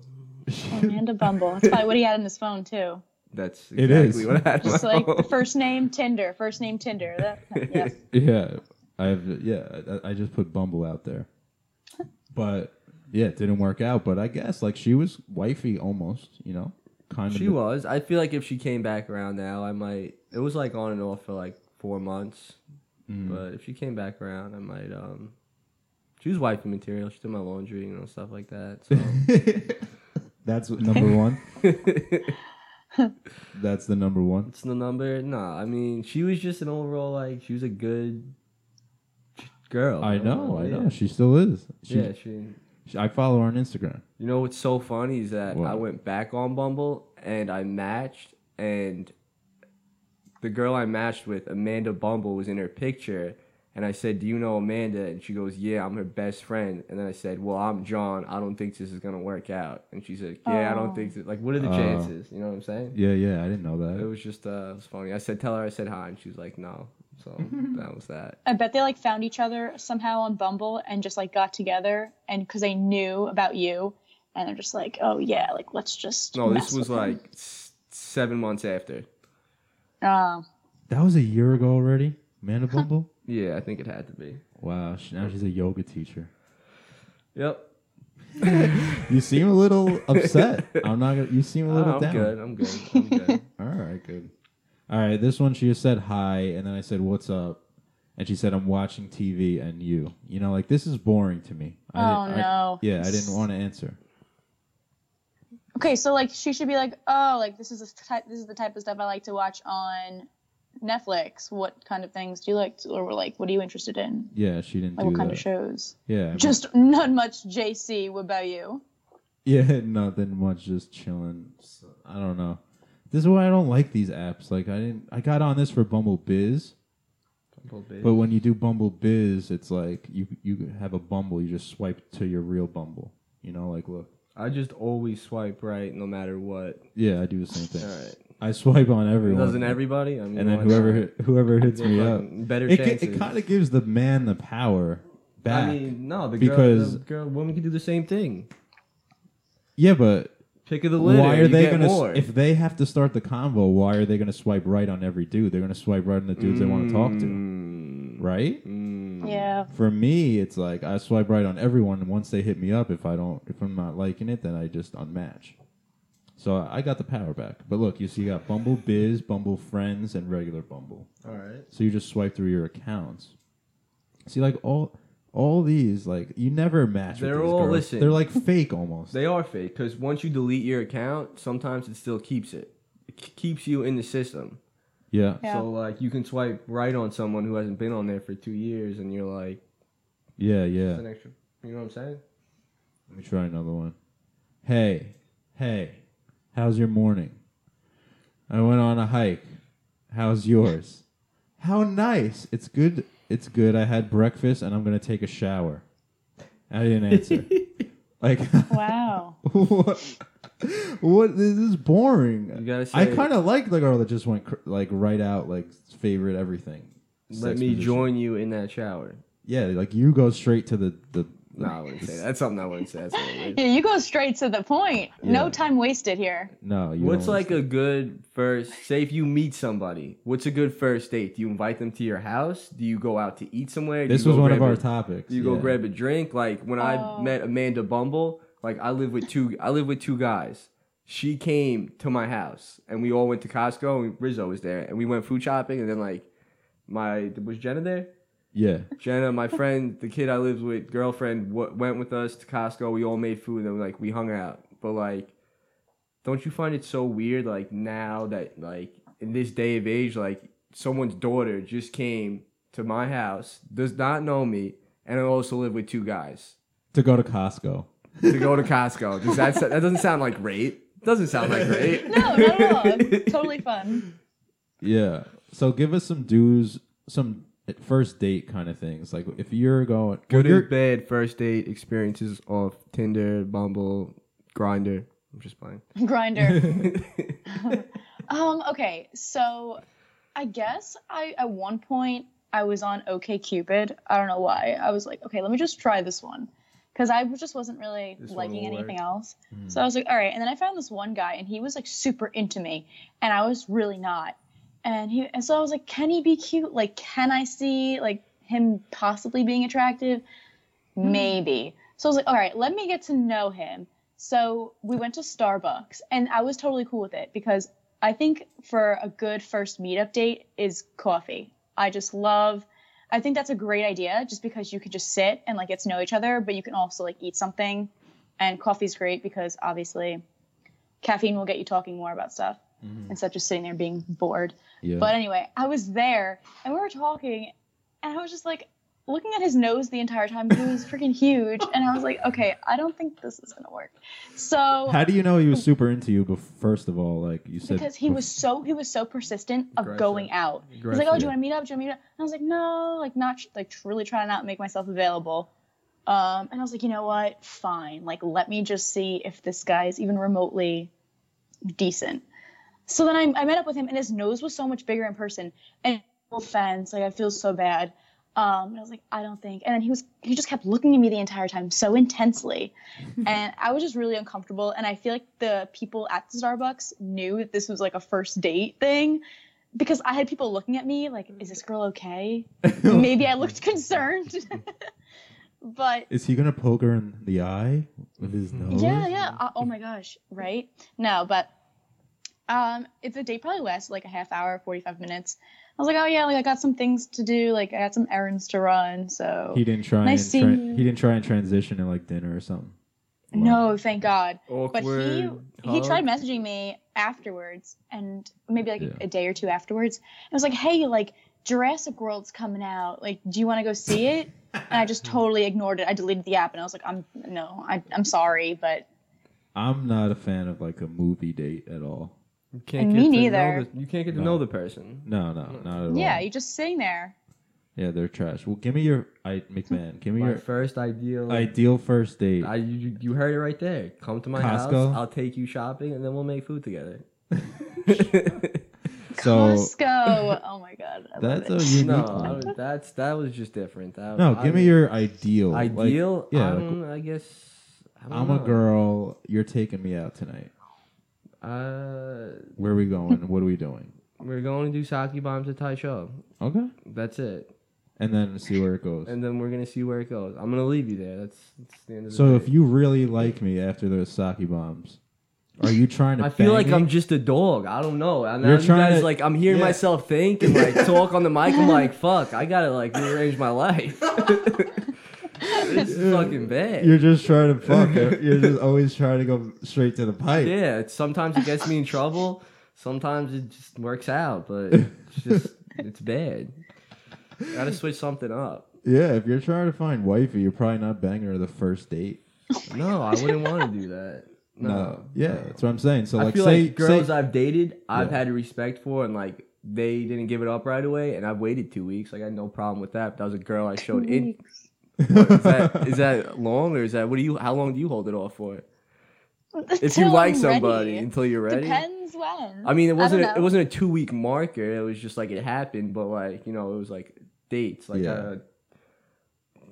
[SPEAKER 3] Amanda Bumble. That's probably what he had in his phone too.
[SPEAKER 4] That's
[SPEAKER 2] It
[SPEAKER 4] exactly
[SPEAKER 2] is.
[SPEAKER 4] what I had. in
[SPEAKER 3] Just
[SPEAKER 4] my
[SPEAKER 3] like the
[SPEAKER 4] phone.
[SPEAKER 3] first name Tinder, first name Tinder. That, yeah.
[SPEAKER 2] yeah, I've yeah, I, I just put Bumble out there, but yeah, it didn't work out. But I guess like she was wifey almost, you know, kind of.
[SPEAKER 4] She was. I feel like if she came back around now, I might. It was like on and off for like four months,
[SPEAKER 2] Mm.
[SPEAKER 4] but if she came back around, I might. um She was wiping material. She did my laundry, you know, stuff like that. So
[SPEAKER 2] That's what- number one. That's the number one.
[SPEAKER 4] it's the number. Nah, I mean, she was just an overall like. She was a good girl.
[SPEAKER 2] I
[SPEAKER 4] you
[SPEAKER 2] know, I know.
[SPEAKER 4] Oh, Yeah.
[SPEAKER 2] She still is. She,
[SPEAKER 4] yeah, she.
[SPEAKER 2] she- I follow her on Instagram.
[SPEAKER 4] You know what's so funny is that I
[SPEAKER 2] What?
[SPEAKER 4] went back on Bumble and I matched, and the girl I matched with, Amanda Bumble, was in her picture. And I said, Do you know Amanda? And she goes, Yeah, I'm her best friend. And then I said, Well, I'm John. I don't think this is going to work out. And she said, Yeah, I
[SPEAKER 3] Oh.
[SPEAKER 4] don't think so. Like, what are the
[SPEAKER 2] Oh.
[SPEAKER 4] chances? You know what I'm saying?
[SPEAKER 2] Yeah, yeah. I didn't know
[SPEAKER 4] It
[SPEAKER 2] that.
[SPEAKER 4] was just, uh, it was funny. I said, Tell her I said hi. And she was like, No. So that was that.
[SPEAKER 3] I bet they like found each other somehow on Bumble and just like got together and because they knew about you and they're just like, oh yeah, like let's just.
[SPEAKER 4] No,
[SPEAKER 3] mess
[SPEAKER 4] this was
[SPEAKER 3] with him."
[SPEAKER 4] like s- seven months after.
[SPEAKER 3] Oh,
[SPEAKER 2] That was a year ago already. Amanda Bumble.
[SPEAKER 4] Yeah, I think it had to be.
[SPEAKER 2] wow. She, now she's a yoga teacher.
[SPEAKER 4] Yep.
[SPEAKER 2] You seem a little upset. I'm not gonna. You seem a little
[SPEAKER 4] Oh, I'm
[SPEAKER 2] down.
[SPEAKER 4] good. I'm good. I'm good.
[SPEAKER 2] All right, good. All right, this one she just said hi, and then I said what's up, and she said I'm watching TV and you. You know, like this is boring to me. I
[SPEAKER 3] Oh,
[SPEAKER 2] didn't- I-
[SPEAKER 3] no.
[SPEAKER 2] yeah, I didn't want to answer.
[SPEAKER 3] okay. So like she should be like, oh, like this is the type, this is the type of stuff I like to watch on Netflix. What kind of things do you like, to, or like, what are you interested in?
[SPEAKER 2] Yeah, she didn't
[SPEAKER 3] Like,
[SPEAKER 2] do
[SPEAKER 3] what kind
[SPEAKER 2] that.
[SPEAKER 3] of shows?
[SPEAKER 2] yeah, I mean-
[SPEAKER 3] Just not much. JC, what about you?
[SPEAKER 2] yeah, nothing much, just chilling. So, I don't know. This is why I don't like these apps. Like I didn't. I got on this for Bumble Biz,
[SPEAKER 4] Bumble bitch.
[SPEAKER 2] but when you do Bumble Biz, it's like you you have a Bumble, you just swipe to your real Bumble. You know, like look.
[SPEAKER 4] I just always swipe right no matter what.
[SPEAKER 2] Yeah, I do the same thing.
[SPEAKER 4] All right.
[SPEAKER 2] I swipe on everyone.
[SPEAKER 4] Doesn't everybody? I mean,
[SPEAKER 2] and then
[SPEAKER 4] why
[SPEAKER 2] whoever
[SPEAKER 4] not?
[SPEAKER 2] hit- whoever hits me up,
[SPEAKER 4] Fucking better
[SPEAKER 2] it,
[SPEAKER 4] chances.
[SPEAKER 2] kind of gives the man the power back.
[SPEAKER 4] I mean, no, the
[SPEAKER 2] because-
[SPEAKER 4] girl, the girl, woman can do the same thing.
[SPEAKER 2] yeah, but
[SPEAKER 4] Pick of the litter.
[SPEAKER 2] why are
[SPEAKER 4] you
[SPEAKER 2] they
[SPEAKER 4] get
[SPEAKER 2] gonna? s-
[SPEAKER 4] More.
[SPEAKER 2] If they have to start the convo, why are they gonna swipe right on every dude? They're gonna swipe right on the dudes they want to talk to,
[SPEAKER 4] Mm,
[SPEAKER 2] right?
[SPEAKER 4] mm.
[SPEAKER 3] Yeah.
[SPEAKER 2] For me, it's like I swipe right on everyone, and once they hit me up, if I don't, if I'm not liking it, then I just unmatch. So I I got the power back. But look, you see, you got Bumble Biz, Bumble Friends, and regular Bumble.
[SPEAKER 4] All right.
[SPEAKER 2] So you just swipe through your accounts. See, like all all these, like you never match.
[SPEAKER 4] They're
[SPEAKER 2] with these
[SPEAKER 4] all-
[SPEAKER 2] girls.
[SPEAKER 4] listen.
[SPEAKER 2] They're like fake almost.
[SPEAKER 4] They are fake because once you delete your account, sometimes it still keeps it. It c- keeps you in the system.
[SPEAKER 2] yeah. yeah,
[SPEAKER 3] Yeah.
[SPEAKER 4] So like you can swipe right on someone who hasn't been on there for two years, and you're like,
[SPEAKER 2] yeah,
[SPEAKER 4] it's an extra. You know what I'm saying?
[SPEAKER 2] Let me try another one. Hey, hey, how's your morning? I went on a hike. How's yours? How nice. It's good. It's good. I had breakfast and I'm gonna take a shower. I didn't answer. like,
[SPEAKER 3] Wow.
[SPEAKER 2] what? What this is boring.
[SPEAKER 4] You gotta
[SPEAKER 2] I
[SPEAKER 4] say-
[SPEAKER 2] kind of like the girl that just went cr- like right out, like favorite everything.
[SPEAKER 4] Let
[SPEAKER 2] sex
[SPEAKER 4] me
[SPEAKER 2] position.
[SPEAKER 4] join you in that shower.
[SPEAKER 2] Yeah, like you go straight to the the. the
[SPEAKER 4] No, I wouldn't say that. That's something I wouldn't say. That's a little weird.
[SPEAKER 3] Yeah, you go straight to the point.
[SPEAKER 2] Yeah.
[SPEAKER 3] No time wasted here.
[SPEAKER 2] no, you
[SPEAKER 4] What's
[SPEAKER 2] don't
[SPEAKER 4] like a good first? Say if you meet somebody, what's a good first date? Do you invite them to your house? Do you go out to eat somewhere? Do
[SPEAKER 2] This
[SPEAKER 4] you
[SPEAKER 2] was
[SPEAKER 4] go
[SPEAKER 2] one of
[SPEAKER 4] grab
[SPEAKER 2] our
[SPEAKER 4] a-
[SPEAKER 2] topics.
[SPEAKER 4] Do you go
[SPEAKER 2] yeah.
[SPEAKER 4] grab a drink? Like when
[SPEAKER 3] Oh.
[SPEAKER 4] I met Amanda Bumble, like I live with two. I live with two guys. She came to my house, and we all went to Costco. And Rizzo was there, and we went food shopping, and then like my was Jenna there.
[SPEAKER 2] Yeah,
[SPEAKER 4] Jenna, my friend, the kid I lived with, girlfriend, w- went with us to Costco. We all made food and like we hung out. But like, don't you find it so weird? Like now that like in this day of age, like someone's daughter just came to my house, does not know me, and I also live with two guys
[SPEAKER 2] to go to Costco.
[SPEAKER 4] to go to Costco. Does that that doesn't sound like rape? Doesn't sound like rape.
[SPEAKER 3] No, not at all. It's totally fun.
[SPEAKER 2] Yeah. So give us some dues, some first date kind of things. Like if you're going,
[SPEAKER 4] Good
[SPEAKER 2] you're,
[SPEAKER 4] and bad first date experiences off Tinder, Bumble, Grinder. I'm just playing.
[SPEAKER 3] Grinder. Um, okay, so I guess I at one point I was on OK Cupid. I don't know why. I was like, okay, let me just try this one because I just wasn't really
[SPEAKER 4] This one
[SPEAKER 3] liking
[SPEAKER 4] will work. Hmm.
[SPEAKER 3] anything else. So I was like, all right. And then I found this one guy, and he was like super into me, and I was really not. And he, and so I was like, can he be cute? Like, can I see like him possibly being attractive?
[SPEAKER 4] Hmm.
[SPEAKER 3] Maybe. So I was like, all right, let me get to know him. So we went to Starbucks, and I was totally cool with it because I think for a good first meetup date is coffee. I just love. I think that's a great idea, just because you could just sit and like get to know each other, but you can also like eat something and coffee's great because obviously caffeine will get you talking more about stuff instead of just sitting there being bored.
[SPEAKER 2] Yeah.
[SPEAKER 3] But anyway, I was there and we were talking and I was just like looking at his nose the entire time because it was freaking huge and I was like, okay, I don't think this is gonna work. So
[SPEAKER 2] How do you know he was super into you? Bef- first of all, like you said,
[SPEAKER 3] because he was so he was so persistent of
[SPEAKER 4] Aggressive.
[SPEAKER 3] going out. He's like, "Oh, do
[SPEAKER 2] Aggressive.
[SPEAKER 3] you want to meet up? Do you want to meet up?" And I was like, "No, like not tr- like tr- really trying to not make myself available." Um, and I was like, "You know what? Fine. Like, let me just see if this guy is even remotely decent." So then I, I met up with him, and his nose was so much bigger in person. And no offense, like I feel so bad. Um, and I was like, I don't think. And then he was he just kept looking at me the entire time so intensely, and I was just really uncomfortable. And I feel like the people at the Starbucks knew that this was like a first date thing. Because I had people looking at me like, is this girl okay? Maybe I looked concerned. but
[SPEAKER 2] is he gonna poke her in the eye with his nose?
[SPEAKER 3] yeah, yeah. Uh, oh my gosh, right? No, but um, it, the date probably lasted like a half hour, forty-five minutes. I was like, oh yeah, like I got some things to do, like I got some errands to run. So
[SPEAKER 2] He didn't try
[SPEAKER 3] Nice
[SPEAKER 2] and
[SPEAKER 3] seeing
[SPEAKER 2] tra-
[SPEAKER 3] you.
[SPEAKER 2] he didn't try and transition at like dinner or something.
[SPEAKER 3] no, thank God. But he
[SPEAKER 4] Awkward.
[SPEAKER 3] he
[SPEAKER 4] hug.
[SPEAKER 3] tried messaging me afterwards, and maybe like
[SPEAKER 2] Yeah.
[SPEAKER 3] a day or two afterwards. I was like, hey, like Jurassic World's coming out. Like, do you want to go see it? and I just totally ignored it. I deleted the app, and I was like, I'm no, I, I'm sorry, but
[SPEAKER 2] I'm not a fan of like a movie date at all.
[SPEAKER 4] You can't
[SPEAKER 3] Me
[SPEAKER 4] get to
[SPEAKER 3] neither.
[SPEAKER 4] Know the, you can't get to
[SPEAKER 2] No.
[SPEAKER 4] know the person.
[SPEAKER 2] No, no, not at all.
[SPEAKER 3] yeah, you're just sitting there.
[SPEAKER 2] yeah, they're trash. Well, give me your, I McMahon, give me
[SPEAKER 4] My
[SPEAKER 2] your
[SPEAKER 4] first ideal.
[SPEAKER 2] ideal first date.
[SPEAKER 4] I, you, you heard it right there. Come to my
[SPEAKER 2] Costco?
[SPEAKER 4] house. I'll take you shopping, and then we'll make food together.
[SPEAKER 2] so
[SPEAKER 3] Costco. Oh my god. I love
[SPEAKER 2] that's
[SPEAKER 3] it.
[SPEAKER 2] a unique
[SPEAKER 4] no, I
[SPEAKER 2] one.
[SPEAKER 4] was- that's that was just different. That,
[SPEAKER 2] No,
[SPEAKER 4] I-
[SPEAKER 2] give me your ideal. like-
[SPEAKER 4] ideal.
[SPEAKER 2] yeah, like,
[SPEAKER 4] I'm, I guess. I don't
[SPEAKER 2] I'm a
[SPEAKER 4] know.
[SPEAKER 2] girl. You're taking me out tonight.
[SPEAKER 4] Uh,
[SPEAKER 2] Where are we going? what are we doing?
[SPEAKER 4] we're going to do sake bombs at Taisho.
[SPEAKER 2] Okay,
[SPEAKER 4] That's it,
[SPEAKER 2] and then see where it goes.
[SPEAKER 4] and then we're gonna see where it goes. I'm gonna leave you there. That's, that's the end of the
[SPEAKER 2] So
[SPEAKER 4] day.
[SPEAKER 2] if you really like me after those sake bombs, are you trying to?
[SPEAKER 4] I feel
[SPEAKER 2] bang
[SPEAKER 4] like
[SPEAKER 2] me?
[SPEAKER 4] I'm just a dog. I don't know. And now
[SPEAKER 2] You're
[SPEAKER 4] you
[SPEAKER 2] trying
[SPEAKER 4] guys
[SPEAKER 2] to-
[SPEAKER 4] like I'm hearing
[SPEAKER 2] yeah.
[SPEAKER 4] myself think and like talk on the mic. I'm like, fuck, I gotta like rearrange my life. it's fucking bad.
[SPEAKER 2] You're just trying to fuck. You're just always trying to go straight to the pipe.
[SPEAKER 4] yeah, it's, sometimes it gets me in trouble. Sometimes it just works out, but it's just it's bad. Gotta switch something up.
[SPEAKER 2] Yeah, if you're trying to find wifey, you're probably not banging her the first date.
[SPEAKER 4] No, I wouldn't want to do that. No.
[SPEAKER 2] Yeah, that's what I'm saying. So
[SPEAKER 4] I
[SPEAKER 2] like,
[SPEAKER 4] feel
[SPEAKER 2] say,
[SPEAKER 4] like girls
[SPEAKER 2] say-
[SPEAKER 4] I've dated, I've
[SPEAKER 2] Yeah.
[SPEAKER 4] had respect for, and like they didn't give it up right away, and I've waited two weeks. Like I had no problem with that. That was a girl I showed in. Is that, is that long or is that what do you? How long do you hold it off for? If
[SPEAKER 3] Till
[SPEAKER 4] you like
[SPEAKER 3] I'm
[SPEAKER 4] somebody
[SPEAKER 3] ready.
[SPEAKER 4] until you're ready.
[SPEAKER 3] depends when.
[SPEAKER 4] I mean, it
[SPEAKER 3] don't
[SPEAKER 4] wasn't
[SPEAKER 3] know.
[SPEAKER 4] it wasn't a two week marker. It was just like it happened, but like you know, it was like dates. Like
[SPEAKER 2] Yeah.
[SPEAKER 4] uh,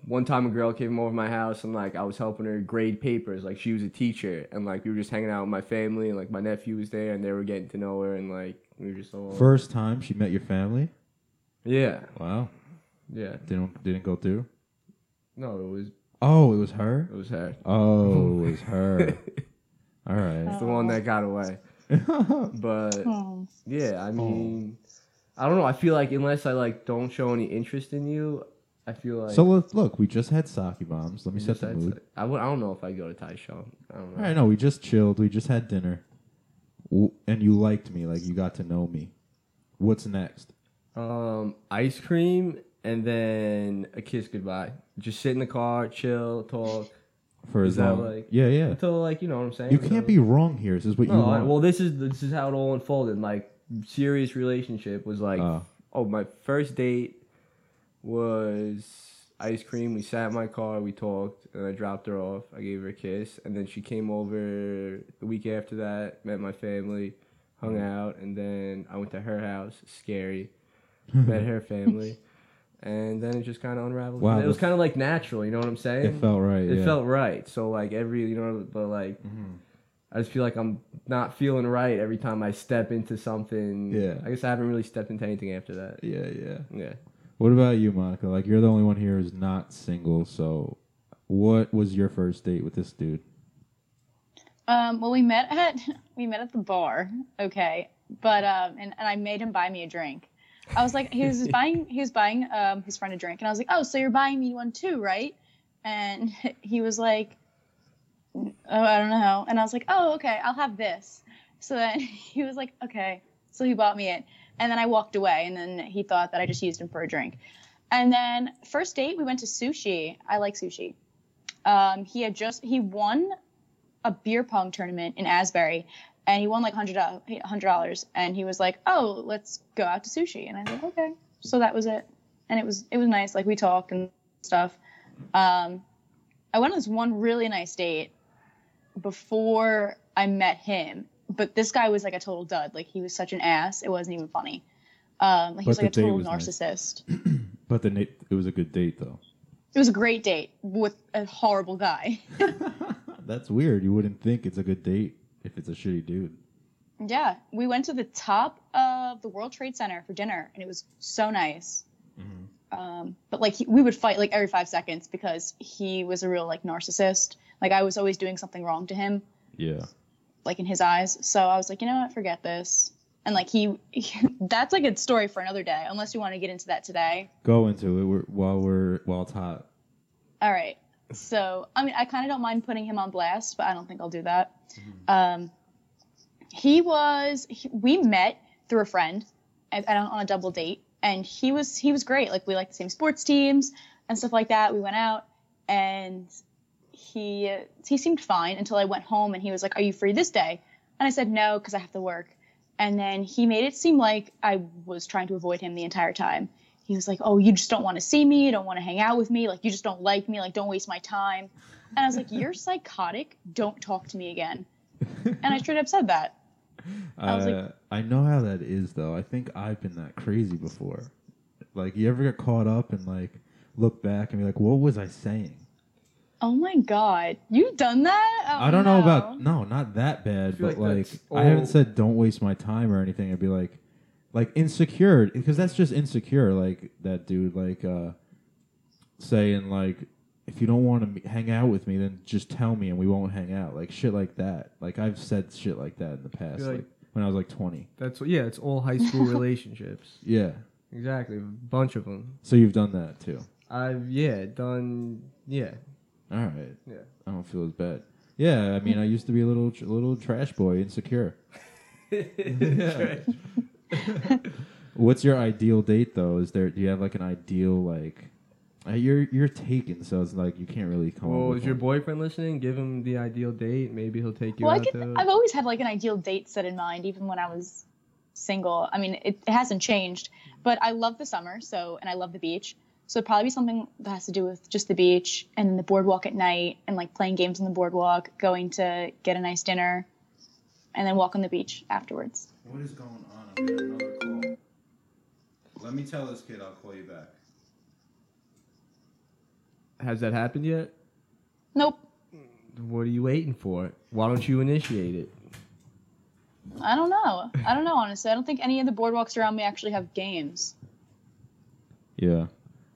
[SPEAKER 4] one time, a girl came over to my house, and like I was helping her grade papers. Like she was a teacher, and like we were just hanging out with my family, and like my nephew was there, and they were getting to know her, and like we were just all
[SPEAKER 2] first time she met your family.
[SPEAKER 4] yeah,
[SPEAKER 2] Wow,
[SPEAKER 4] yeah.
[SPEAKER 2] didn't didn't go through.
[SPEAKER 4] No, it was
[SPEAKER 2] Oh, it was her.
[SPEAKER 4] it was her.
[SPEAKER 2] Oh, it was her. All right.
[SPEAKER 4] It's the one that got away, but.
[SPEAKER 3] Oh.
[SPEAKER 4] Yeah,
[SPEAKER 2] Hmm.
[SPEAKER 4] I mean, I don't know. I feel like unless I like don't show any interest in you, I feel like
[SPEAKER 2] so let's look. We just had sake bombs. Let me set the
[SPEAKER 4] besides-
[SPEAKER 2] mood.
[SPEAKER 4] I would. I don't know if I go to Thai show. I don't know.
[SPEAKER 2] All right, no, we just chilled. We just had dinner, W- and you liked me, like you got to know me. What's next?
[SPEAKER 4] Um, ice cream and then a kiss goodbye. Just sit in the car, chill, talk
[SPEAKER 2] For
[SPEAKER 4] Is
[SPEAKER 2] as
[SPEAKER 4] that
[SPEAKER 2] long,
[SPEAKER 4] like-
[SPEAKER 2] yeah, yeah.
[SPEAKER 4] until like you know what I'm saying.
[SPEAKER 2] You can't be wrong here. This is what you
[SPEAKER 4] No, I,
[SPEAKER 2] want.
[SPEAKER 4] well, this is this is how it all unfolded. My serious relationship was like,
[SPEAKER 2] Oh.
[SPEAKER 4] oh, my first date was ice cream. We sat in my car, we talked, and I dropped her off. I gave her a kiss, and then she came over the week after that, met my family.
[SPEAKER 2] Mm-hmm.
[SPEAKER 4] hung out, and then I went to her house. Scary, met her family, and then it just kind of unraveled.
[SPEAKER 2] Wow,
[SPEAKER 4] Wow, it was
[SPEAKER 2] that's-
[SPEAKER 4] kind of like natural. You know what I'm saying?
[SPEAKER 2] It felt right.
[SPEAKER 4] It
[SPEAKER 2] yeah. Mm-hmm.
[SPEAKER 4] felt Mm-hmm. right. So like every you know, but like I just feel like I'm not feeling right every time I step into something.
[SPEAKER 2] Yeah.
[SPEAKER 4] I guess I haven't really stepped into anything after that.
[SPEAKER 2] Yeah, yeah.
[SPEAKER 4] Yeah.
[SPEAKER 2] What about you, Monica? Like you're the only one here who's not single. So, what was your first date with this dude?
[SPEAKER 3] Um, well, we met at we met at the bar, okay, but um, and, and I made him buy me a drink. I was like, he was just buying he was buying um, his friend a drink, and I was like, oh, so you're buying me one too, right? And he was like, oh, I don't know, and I was like, oh, okay, I'll have this. So then he was like, okay, so he bought me it, and then I walked away, and then he thought that I just used him for a drink. And then first date, we went to sushi. I like sushi. Um, he had just he won a beer pong tournament in Asbury, and he won like hundred dollars. And he was like, "Oh, let's go out to sushi." And I was like, "Okay." So that was it, and it was it was nice. Like we talked and stuff. Um, I went on this one really nice date before I met him, but this guy was like a total dud. Like he was such an ass. It wasn't even funny. Um, like, he was
[SPEAKER 2] But
[SPEAKER 3] like a
[SPEAKER 2] the date
[SPEAKER 3] total
[SPEAKER 2] was nice.
[SPEAKER 3] narcissist.
[SPEAKER 2] But the na- it was a good date though.
[SPEAKER 3] It was a great date with a horrible guy.
[SPEAKER 2] That's weird. You wouldn't think it's a good date if it's a shitty dude.
[SPEAKER 3] Yeah, we went to the top of the World Trade Center for dinner, and it was so nice. Um, but like he, we would fight like every five seconds because he was a real like narcissist. Like I was always doing something wrong to him,
[SPEAKER 2] Yeah.
[SPEAKER 3] like in his eyes. So I was like, you know what, forget this. And like he, that's like a story for another day, unless you want to get into that today.
[SPEAKER 2] Go into it we're, while we're while it's hot.
[SPEAKER 3] All right. So, I mean, I kind of don't mind putting him on blast, but I don't think I'll do that. Um, he was, he, we met through a friend and, and on a double date, and he was he was great. Like we liked the same sports teams and stuff like that. We went out, and he he seemed fine until I went home, and he was like, "Are you free this day?" And I said no because I have to work. And then he made it seem like I was trying to avoid him the entire time. He was like, "Oh, you just don't want to see me, you don't want to hang out with me, like you just don't like me, like don't waste my time." And I was like, "You're psychotic. Don't talk to me again." And I straight up said that.
[SPEAKER 2] I
[SPEAKER 3] was like-
[SPEAKER 2] uh, I know how that is though. I think I've been that crazy before. Like you ever get caught up and like look back and be like, what was I saying?
[SPEAKER 3] Oh my god, you've done that? Oh,
[SPEAKER 2] I don't know
[SPEAKER 3] no.
[SPEAKER 2] about no, not that bad,
[SPEAKER 4] feel
[SPEAKER 2] but
[SPEAKER 4] like
[SPEAKER 2] like,
[SPEAKER 4] that's
[SPEAKER 2] I haven't
[SPEAKER 4] old.
[SPEAKER 2] said don't waste my time or anything. I'd be like, like insecure because that's just insecure. Like that dude, like uh saying like if you don't want to hang out with me, then just tell me and we won't hang out. Like shit like that. Like I've said shit like that in the past,
[SPEAKER 4] You're like-
[SPEAKER 2] like when I was like twenty.
[SPEAKER 4] That's yeah. It's all high school relationships.
[SPEAKER 2] Yeah.
[SPEAKER 4] Exactly. A bunch of them.
[SPEAKER 2] So you've done that too.
[SPEAKER 4] I've yeah done yeah.
[SPEAKER 2] All right.
[SPEAKER 4] Yeah.
[SPEAKER 2] I don't feel as bad. Yeah, I mean, I used to be a little little trash boy, insecure.
[SPEAKER 4] Trash.
[SPEAKER 2] What's your ideal date though? Is there do you have like an ideal like uh, you're you're taken, so it's like you can't really come. up
[SPEAKER 4] Well,
[SPEAKER 2] with
[SPEAKER 4] Oh, is your
[SPEAKER 2] one.
[SPEAKER 4] boyfriend listening? Give him the ideal date. Maybe he'll take you
[SPEAKER 3] Well, I
[SPEAKER 4] out
[SPEAKER 3] could,
[SPEAKER 4] to.
[SPEAKER 3] I've always had like an ideal date set in mind, even when I was single. I mean, it, it hasn't changed, but I love the summer, so and I love the beach. So it'd probably be something that has to do with just the beach and the boardwalk at night, and like playing games on the boardwalk, going to get a nice dinner, and then walk on the beach afterwards.
[SPEAKER 2] What is going on? I'm getting another call. Let me tell this kid. I'll call you back.
[SPEAKER 4] Has that happened yet?
[SPEAKER 3] Nope,
[SPEAKER 4] What are you waiting for? Why don't you initiate it?
[SPEAKER 3] I don't know. I don't know honestly. I don't think any of the boardwalks around me actually have games,
[SPEAKER 2] Yeah,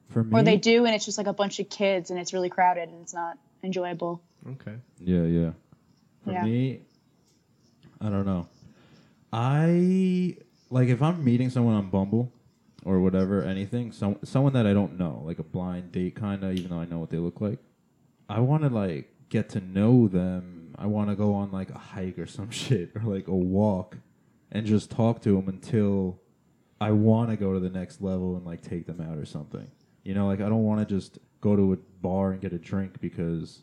[SPEAKER 2] for me.
[SPEAKER 3] or they do, and it's just like a bunch of kids, and it's really crowded, and it's not enjoyable.
[SPEAKER 4] Okay.
[SPEAKER 2] Yeah, yeah. For
[SPEAKER 3] Yeah.
[SPEAKER 2] me, I don't know. I like if I'm meeting someone on Bumble or whatever, anything, some someone that I don't know, like a blind date kind of, even though I know what they look like. I want to like get to know them. I want to go on like a hike or some shit or like a walk and just talk to them until I want to go to the next level and like take them out or something. You know, like I don't want to just go to a bar and get a drink because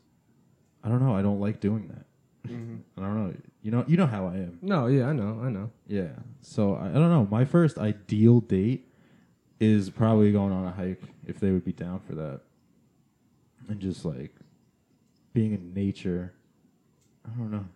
[SPEAKER 2] I don't know. I don't like doing that.
[SPEAKER 4] Mm-hmm.
[SPEAKER 2] I don't know. You know, you know how I am.
[SPEAKER 4] No, yeah, I know, I know.
[SPEAKER 2] Yeah. So I, I don't know. My first ideal date is probably going on a hike if they would be down for that, and just like being in nature. I don't know.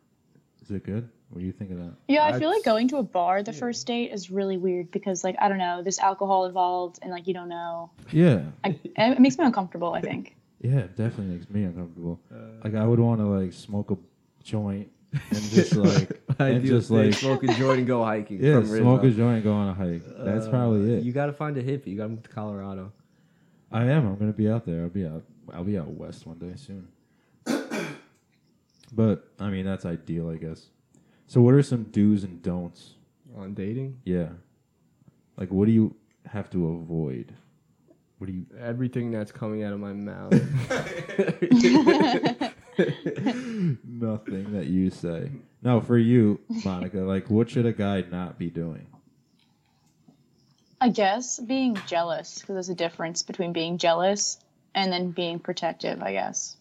[SPEAKER 2] Is it good? What do you think of that?
[SPEAKER 3] Yeah, I feel like
[SPEAKER 4] That's-
[SPEAKER 3] going to a bar the
[SPEAKER 4] yeah.
[SPEAKER 3] first date is really weird because, like, I don't know, there's alcohol involved and, like, you don't know.
[SPEAKER 2] Yeah,
[SPEAKER 3] I, it makes me uncomfortable, I think.
[SPEAKER 2] yeah, it definitely makes me uncomfortable.
[SPEAKER 4] Uh,
[SPEAKER 2] Like I would want to like smoke a joint and just like and
[SPEAKER 4] ideal
[SPEAKER 2] just
[SPEAKER 4] thing,
[SPEAKER 2] like
[SPEAKER 4] smoke a joint and go hiking.
[SPEAKER 2] yeah,
[SPEAKER 4] from
[SPEAKER 2] smoke a
[SPEAKER 4] Rizzo.
[SPEAKER 2] joint, and go on a hike. That's
[SPEAKER 4] Uh,
[SPEAKER 2] probably it.
[SPEAKER 4] You gotta find a hippie. You gotta move to Colorado.
[SPEAKER 2] I am. I'm gonna be out there. I'll be out. I'll be out west one day soon. but I mean, that's ideal, I guess. So, what are some do's and don'ts?
[SPEAKER 4] On dating,
[SPEAKER 2] Yeah, like what do you have to avoid? What do you?
[SPEAKER 4] everything that's coming out of my mouth.
[SPEAKER 2] Nothing that you say. No, for you, Monica. Like, what should a guy not be doing?
[SPEAKER 3] I guess being jealous, because there's a difference between being jealous and then being protective, I guess.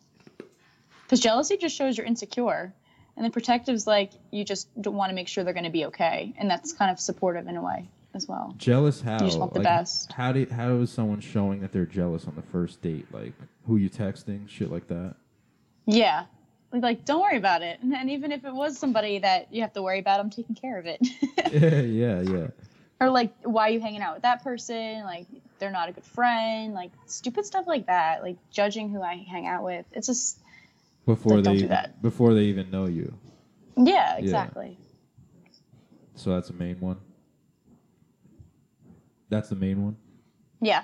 [SPEAKER 3] Because jealousy just shows you're insecure. And then protective's like, you just want to make sure they're going to be okay. And that's kind of supportive in a way as well.
[SPEAKER 2] Jealous? How?
[SPEAKER 3] just want the
[SPEAKER 2] Like,
[SPEAKER 3] best.
[SPEAKER 2] How do? You, how is someone showing that they're jealous on the first date? Like, who you texting? Shit like that.
[SPEAKER 3] Yeah. Like, don't worry about it. And even if it was somebody that you have to worry about, I'm taking care of it.
[SPEAKER 2] yeah, yeah, yeah.
[SPEAKER 3] or like, why are you hanging out with that person? Like, they're not a good friend. Like, stupid stuff like that. Like, judging who I hang out with. It's just,
[SPEAKER 2] before
[SPEAKER 3] Like,
[SPEAKER 2] they
[SPEAKER 3] don't do
[SPEAKER 2] even,
[SPEAKER 3] that.
[SPEAKER 2] before they even know you.
[SPEAKER 3] yeah, exactly.
[SPEAKER 2] So that's the main one. That's the main one
[SPEAKER 3] Yeah.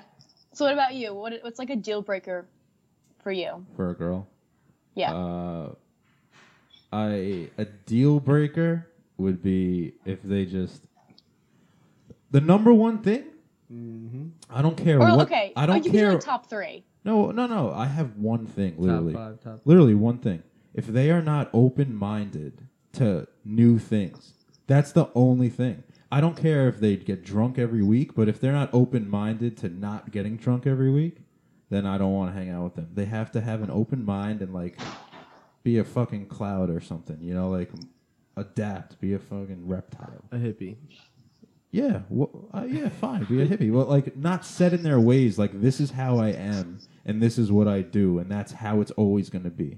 [SPEAKER 3] So, what about you? What, what's like a deal breaker for you?
[SPEAKER 2] for a girl.
[SPEAKER 3] Yeah.
[SPEAKER 2] Uh, I a deal breaker would be if they just the number one thing.
[SPEAKER 4] Mhm.
[SPEAKER 2] I don't care
[SPEAKER 3] or,
[SPEAKER 2] what.
[SPEAKER 3] okay.
[SPEAKER 2] I
[SPEAKER 3] oh,
[SPEAKER 2] don't
[SPEAKER 3] you can do
[SPEAKER 2] care.
[SPEAKER 3] like top three.
[SPEAKER 2] no, no, no. I have one thing literally.
[SPEAKER 4] Top five, top.
[SPEAKER 2] literally one thing if they are not open-minded to new things that's the only thing i don't care if they get drunk every week but if they're not open-minded to not getting drunk every week then i don't want to hang out with them they have to have an open mind and like be a fucking cloud or something you know like adapt be a fucking reptile
[SPEAKER 4] A hippie.
[SPEAKER 2] yeah, well, uh, yeah, fine. Be a hippie, but like not set in their ways. Like this is how I am, and this is what I do, and that's how it's always going to be.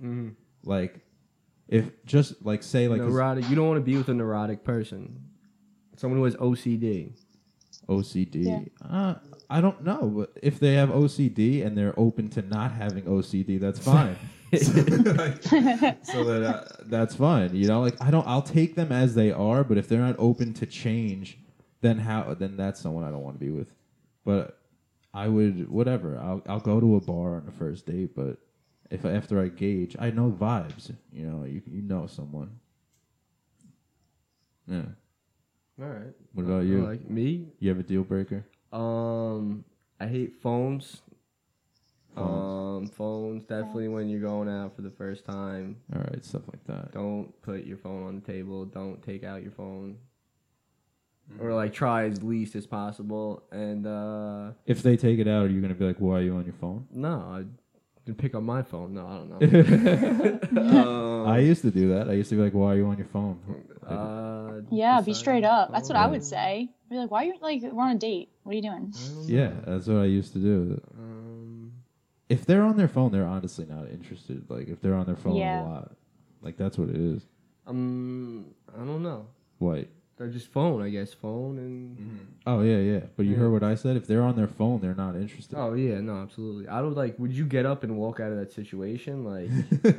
[SPEAKER 2] Like, if just like say like this
[SPEAKER 4] neurotic. You don't want to be with a neurotic person. Someone who has OCD.
[SPEAKER 2] OCD,
[SPEAKER 3] Yeah.
[SPEAKER 2] uh, I don't know. But if they have OCD and they're open to not having OCD, that's fine. so that uh, that's fine. You know, like I don't. I'll take them as they are, but if they're not open to change, then how? Then that's someone I don't want to be with. But I would whatever. I'll I'll go to a bar on the first date, but if I, after I gauge, I know vibes. You know, you you know someone. Yeah.
[SPEAKER 4] All right.
[SPEAKER 2] What about you?
[SPEAKER 4] Like me?
[SPEAKER 2] you have a deal breaker?
[SPEAKER 4] Um, I hate phones.
[SPEAKER 2] Phones.
[SPEAKER 4] Um, phones definitely when you're going out for the first time.
[SPEAKER 2] All right, stuff like that.
[SPEAKER 4] Don't put your phone on the table. Don't take out your phone. Or like try as least as possible. And uh,
[SPEAKER 2] If they take it out, are you gonna be like, "Why are you on your phone?"
[SPEAKER 4] no, I didn't pick up my phone. No, I don't know. um,
[SPEAKER 2] I used to do that. I used to be like, "Why are you on your phone?" Like,
[SPEAKER 4] uh,
[SPEAKER 3] Yeah, be
[SPEAKER 4] besides
[SPEAKER 3] straight
[SPEAKER 4] the
[SPEAKER 3] up. That's what I
[SPEAKER 4] phone,
[SPEAKER 3] would say. Be like, why are you like we're on a date? What are you doing?
[SPEAKER 4] Oh. I don't
[SPEAKER 2] yeah,
[SPEAKER 4] know.
[SPEAKER 2] that's what I used to do.
[SPEAKER 4] Um,
[SPEAKER 2] If they're on their phone, they're honestly not interested. Like if they're on their phone a
[SPEAKER 3] Yeah.
[SPEAKER 2] lot, like that's what it is.
[SPEAKER 4] um, I don't know.
[SPEAKER 2] Like,
[SPEAKER 4] They're just phone, I guess. Phone and
[SPEAKER 2] oh yeah, yeah. But you
[SPEAKER 4] Yeah.
[SPEAKER 3] Mm.
[SPEAKER 2] heard what I said. If they're on their phone, they're not interested.
[SPEAKER 4] Oh yeah, no, absolutely. I would like. Would you get up and walk out of that situation? Like,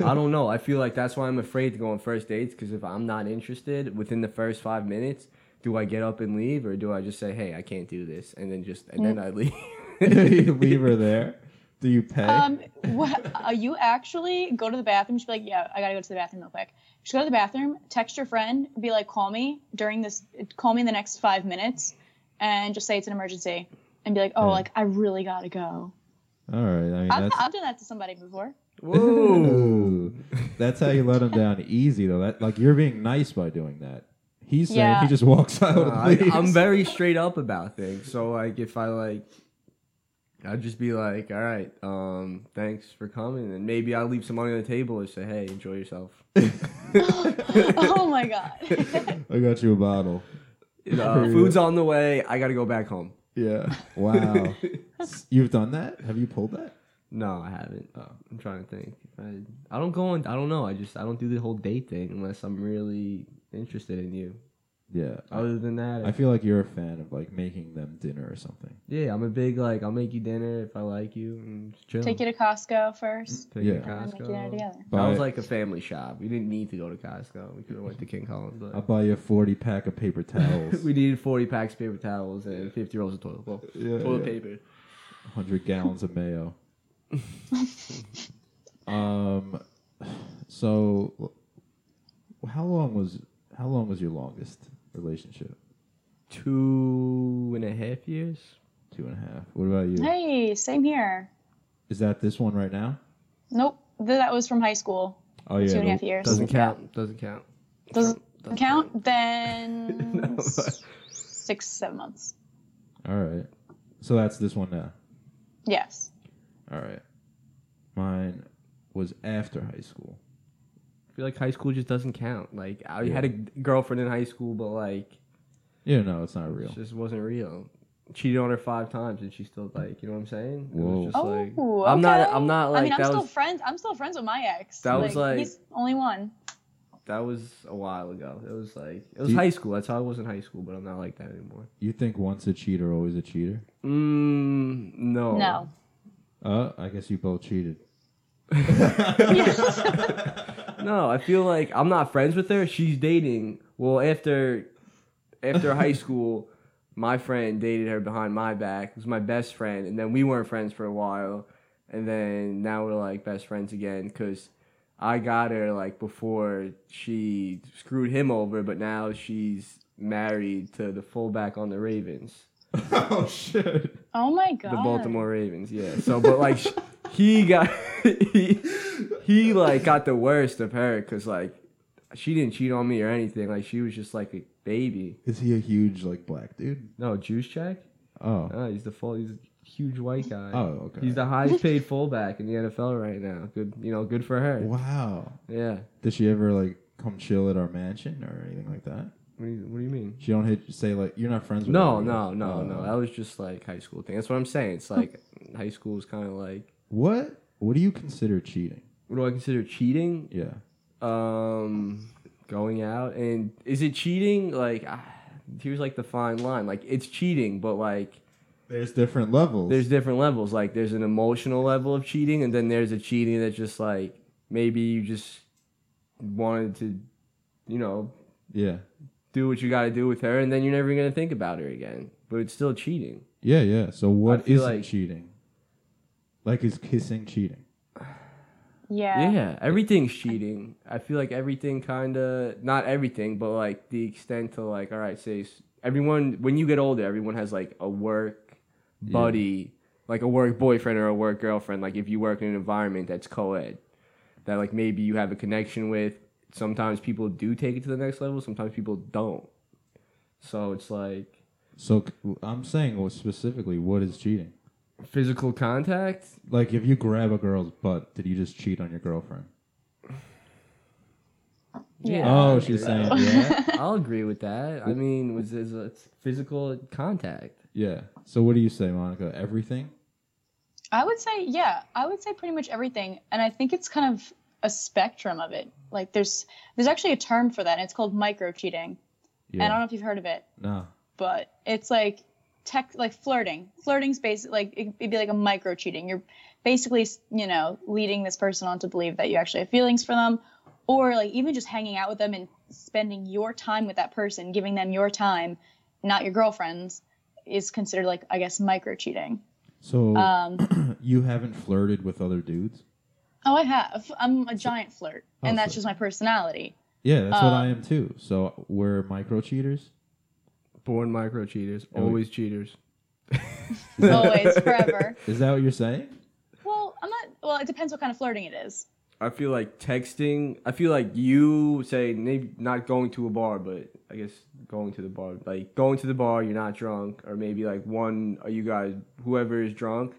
[SPEAKER 4] I don't know. I feel like that's why I'm afraid to go on first dates because if I'm not interested within the first five minutes, do I get up and leave or do I just say, "Hey, I can't do this," and then just and then I leave?
[SPEAKER 2] you leave her there. Do you pay?
[SPEAKER 3] Um, what uh, you actually go to the bathroom? She's like, yeah, I gotta go to the bathroom real quick. Just go to the bathroom, text your friend, be like, call me during this, call me in the next five minutes, and just say it's an emergency, and be like, oh,
[SPEAKER 2] Yeah.
[SPEAKER 3] like I really gotta go.
[SPEAKER 2] All right. I mean,
[SPEAKER 3] I've,
[SPEAKER 2] that's
[SPEAKER 3] I've done that to somebody before.
[SPEAKER 2] Ooh. That's how you let him down easy, though. That like you're being nice by doing that. He's saying
[SPEAKER 3] Yeah.
[SPEAKER 2] he just walks out.
[SPEAKER 4] Uh,
[SPEAKER 2] and
[SPEAKER 4] I,
[SPEAKER 2] leaves.
[SPEAKER 4] I'm very straight up about things. So like, if I like, I'd just be like, "All right, um, thanks for coming," and maybe I'll leave some money on the table or say, "Hey, enjoy yourself."
[SPEAKER 3] oh my god.
[SPEAKER 2] I got you a bottle.
[SPEAKER 4] Uh, food's on the way. I gotta go back home.
[SPEAKER 2] Yeah. Wow. S- You've done that? Have you pulled that?
[SPEAKER 4] No, I haven't. I'm trying to think. I, I don't go on. I don't know. I just I don't do the whole date thing unless I'm really interested in you.
[SPEAKER 2] Yeah. I,
[SPEAKER 4] Other than that,
[SPEAKER 2] I feel like you're a fan of like making them dinner or something.
[SPEAKER 4] yeah, I'm a big like. I'll make you dinner if I like you. And just chill.
[SPEAKER 3] Take you to Costco first,
[SPEAKER 4] Take you
[SPEAKER 2] Yeah.
[SPEAKER 4] to
[SPEAKER 3] and then make dinner
[SPEAKER 4] Costco.
[SPEAKER 3] together.
[SPEAKER 4] That was
[SPEAKER 2] Buy-
[SPEAKER 4] like a family shop. We didn't need to go to Costco. We could have went to King Collins,
[SPEAKER 2] I'll
[SPEAKER 4] but
[SPEAKER 2] buy you a 40 pack of paper towels,
[SPEAKER 4] we needed 40 packs of paper towels and 50 rolls of toilet well,
[SPEAKER 2] Yeah,
[SPEAKER 4] toilet
[SPEAKER 2] yeah.
[SPEAKER 4] paper.
[SPEAKER 2] 100 gallons of mayo. um, so wh- how long was how long was your longest relationship?
[SPEAKER 4] Two and a half years.
[SPEAKER 2] Two and a half. What about you?
[SPEAKER 3] Hey, same here.
[SPEAKER 2] Is that this one right now?
[SPEAKER 3] Nope, th- that was from high school.
[SPEAKER 2] Oh yeah,
[SPEAKER 3] Two and a
[SPEAKER 2] the-
[SPEAKER 3] half years.
[SPEAKER 4] Doesn't count. Doesn't count.
[SPEAKER 3] Doesn't
[SPEAKER 4] Doesn't
[SPEAKER 3] count. Then
[SPEAKER 4] No.
[SPEAKER 3] s- six, seven months.
[SPEAKER 2] All right. So that's this one now.
[SPEAKER 3] Yes.
[SPEAKER 2] All right. Mine was after high school.
[SPEAKER 4] I feel like high school just doesn't count. Like I
[SPEAKER 2] Yeah.
[SPEAKER 4] had a girlfriend in high school, but like
[SPEAKER 2] Yeah, no, it's not real.
[SPEAKER 4] it just wasn't real. Cheated on her five times, and she still like you know what I'm saying? It
[SPEAKER 2] Whoa.
[SPEAKER 4] was just
[SPEAKER 3] Oh,
[SPEAKER 4] like
[SPEAKER 3] okay.
[SPEAKER 4] I'm not. I'm not like
[SPEAKER 3] I mean, I'm
[SPEAKER 4] that
[SPEAKER 3] still
[SPEAKER 4] was
[SPEAKER 3] friends. I'm still friends with my ex.
[SPEAKER 4] That was like-
[SPEAKER 3] he's only one.
[SPEAKER 4] that was a while ago. It was like it was
[SPEAKER 2] Do you-
[SPEAKER 4] high school. That's how I was in high school, but I'm not like that anymore.
[SPEAKER 2] You think once a cheater, always a cheater?
[SPEAKER 4] Mm, no.
[SPEAKER 3] No.
[SPEAKER 2] Uh, I guess you both cheated.
[SPEAKER 4] No, I feel like I'm not friends with her. She's dating. Well, after after high school, my friend dated her behind my back. It was my best friend, and then we weren't friends for a while, and then now we're like best friends again because I got her like before she screwed him over, but now she's married to the fullback on the Ravens,
[SPEAKER 2] oh shit!
[SPEAKER 3] Oh my god.
[SPEAKER 4] the Baltimore Ravens. Yeah. So, but like sh- he got he, he like got the worst of her because like she didn't cheat on me or anything. Like she was just like a baby.
[SPEAKER 2] Is he a huge like black dude?
[SPEAKER 4] No, juice check.
[SPEAKER 2] Oh,
[SPEAKER 4] Oh, he's the full. He's a huge white guy.
[SPEAKER 2] oh, okay.
[SPEAKER 4] He's the highest paid fullback in the NFL right now. Good, you know, good for her.
[SPEAKER 2] wow.
[SPEAKER 4] Yeah.
[SPEAKER 2] Did she ever like come chill at our mansion or anything like that?
[SPEAKER 4] What do you, what do you mean?
[SPEAKER 2] She don't hit, say like you're not friends with.
[SPEAKER 4] No,
[SPEAKER 2] her,
[SPEAKER 4] no,
[SPEAKER 2] right?
[SPEAKER 4] no,
[SPEAKER 2] Oh.
[SPEAKER 4] no. That was just like high school thing. That's what I'm saying. It's like high school is kind of like.
[SPEAKER 2] What? What do you consider cheating?
[SPEAKER 4] What do I consider cheating?
[SPEAKER 2] Yeah.
[SPEAKER 4] um going out and is it cheating like ah, here's like the fine line like it's cheating but like
[SPEAKER 2] There's different levels.
[SPEAKER 4] there's different levels like there's an emotional level of cheating and then there's a cheating that's just like maybe you just wanted to you know
[SPEAKER 2] yeah.
[SPEAKER 4] do what you got to do with her and then you're never going to think about her again but it's still cheating
[SPEAKER 2] Yeah, yeah. So what
[SPEAKER 4] feel
[SPEAKER 2] isn't
[SPEAKER 4] like-
[SPEAKER 2] cheating? Like is kissing cheating?
[SPEAKER 3] Yeah.
[SPEAKER 4] yeah everything's cheating i feel like everything kind of not everything but like the extent to like all right say s- everyone when you get older everyone has like a work buddy like a work boyfriend or a work girlfriend like if you work in an environment that's co-ed that like maybe you have a connection with sometimes people do take it to the next level sometimes people don't so it's like
[SPEAKER 2] So c- I'm saying well, specifically, what is cheating?
[SPEAKER 4] physical contact
[SPEAKER 2] Like if you grab a girl's butt, did you just cheat on your girlfriend?
[SPEAKER 3] Yeah.
[SPEAKER 2] oh, she's saying yeah,
[SPEAKER 4] i'll agree with that i mean was is it's physical contact
[SPEAKER 2] yeah. So what do you say, Monica? Everything?
[SPEAKER 3] I would say, yeah, I would say pretty much everything, and I think it's kind of a spectrum of it. Like there's there's actually a term for that, and it's called micro cheating. And I don't know if you've heard of it,
[SPEAKER 2] No.
[SPEAKER 3] but it's like tech, like flirting. Flirting's basically like it- it'd be like a micro cheating. You're basically you know leading this person on to believe that you actually have feelings for them, or like even just hanging out with them and spending your time with that person, giving them your time, not your girlfriend's, is considered like I guess micro cheating.
[SPEAKER 2] So
[SPEAKER 3] Um,
[SPEAKER 2] you haven't flirted with other dudes?
[SPEAKER 3] Oh, I have. I'm a giant flirt,
[SPEAKER 2] Oh,
[SPEAKER 3] and that's
[SPEAKER 2] so-
[SPEAKER 3] just my personality.
[SPEAKER 2] Yeah, that's
[SPEAKER 3] uh,
[SPEAKER 2] what I am too. So we're micro cheaters.
[SPEAKER 4] Born micro cheaters,
[SPEAKER 2] we-
[SPEAKER 4] always cheaters.
[SPEAKER 3] Always, forever.
[SPEAKER 2] Is that what you're saying?
[SPEAKER 3] Well, I'm not. Well, it depends what kind of flirting it is.
[SPEAKER 4] I feel like texting. I feel like you say maybe not going to a bar, but I guess going to the bar, like going to the bar, you're not drunk, or maybe like one, or you guys, whoever is drunk,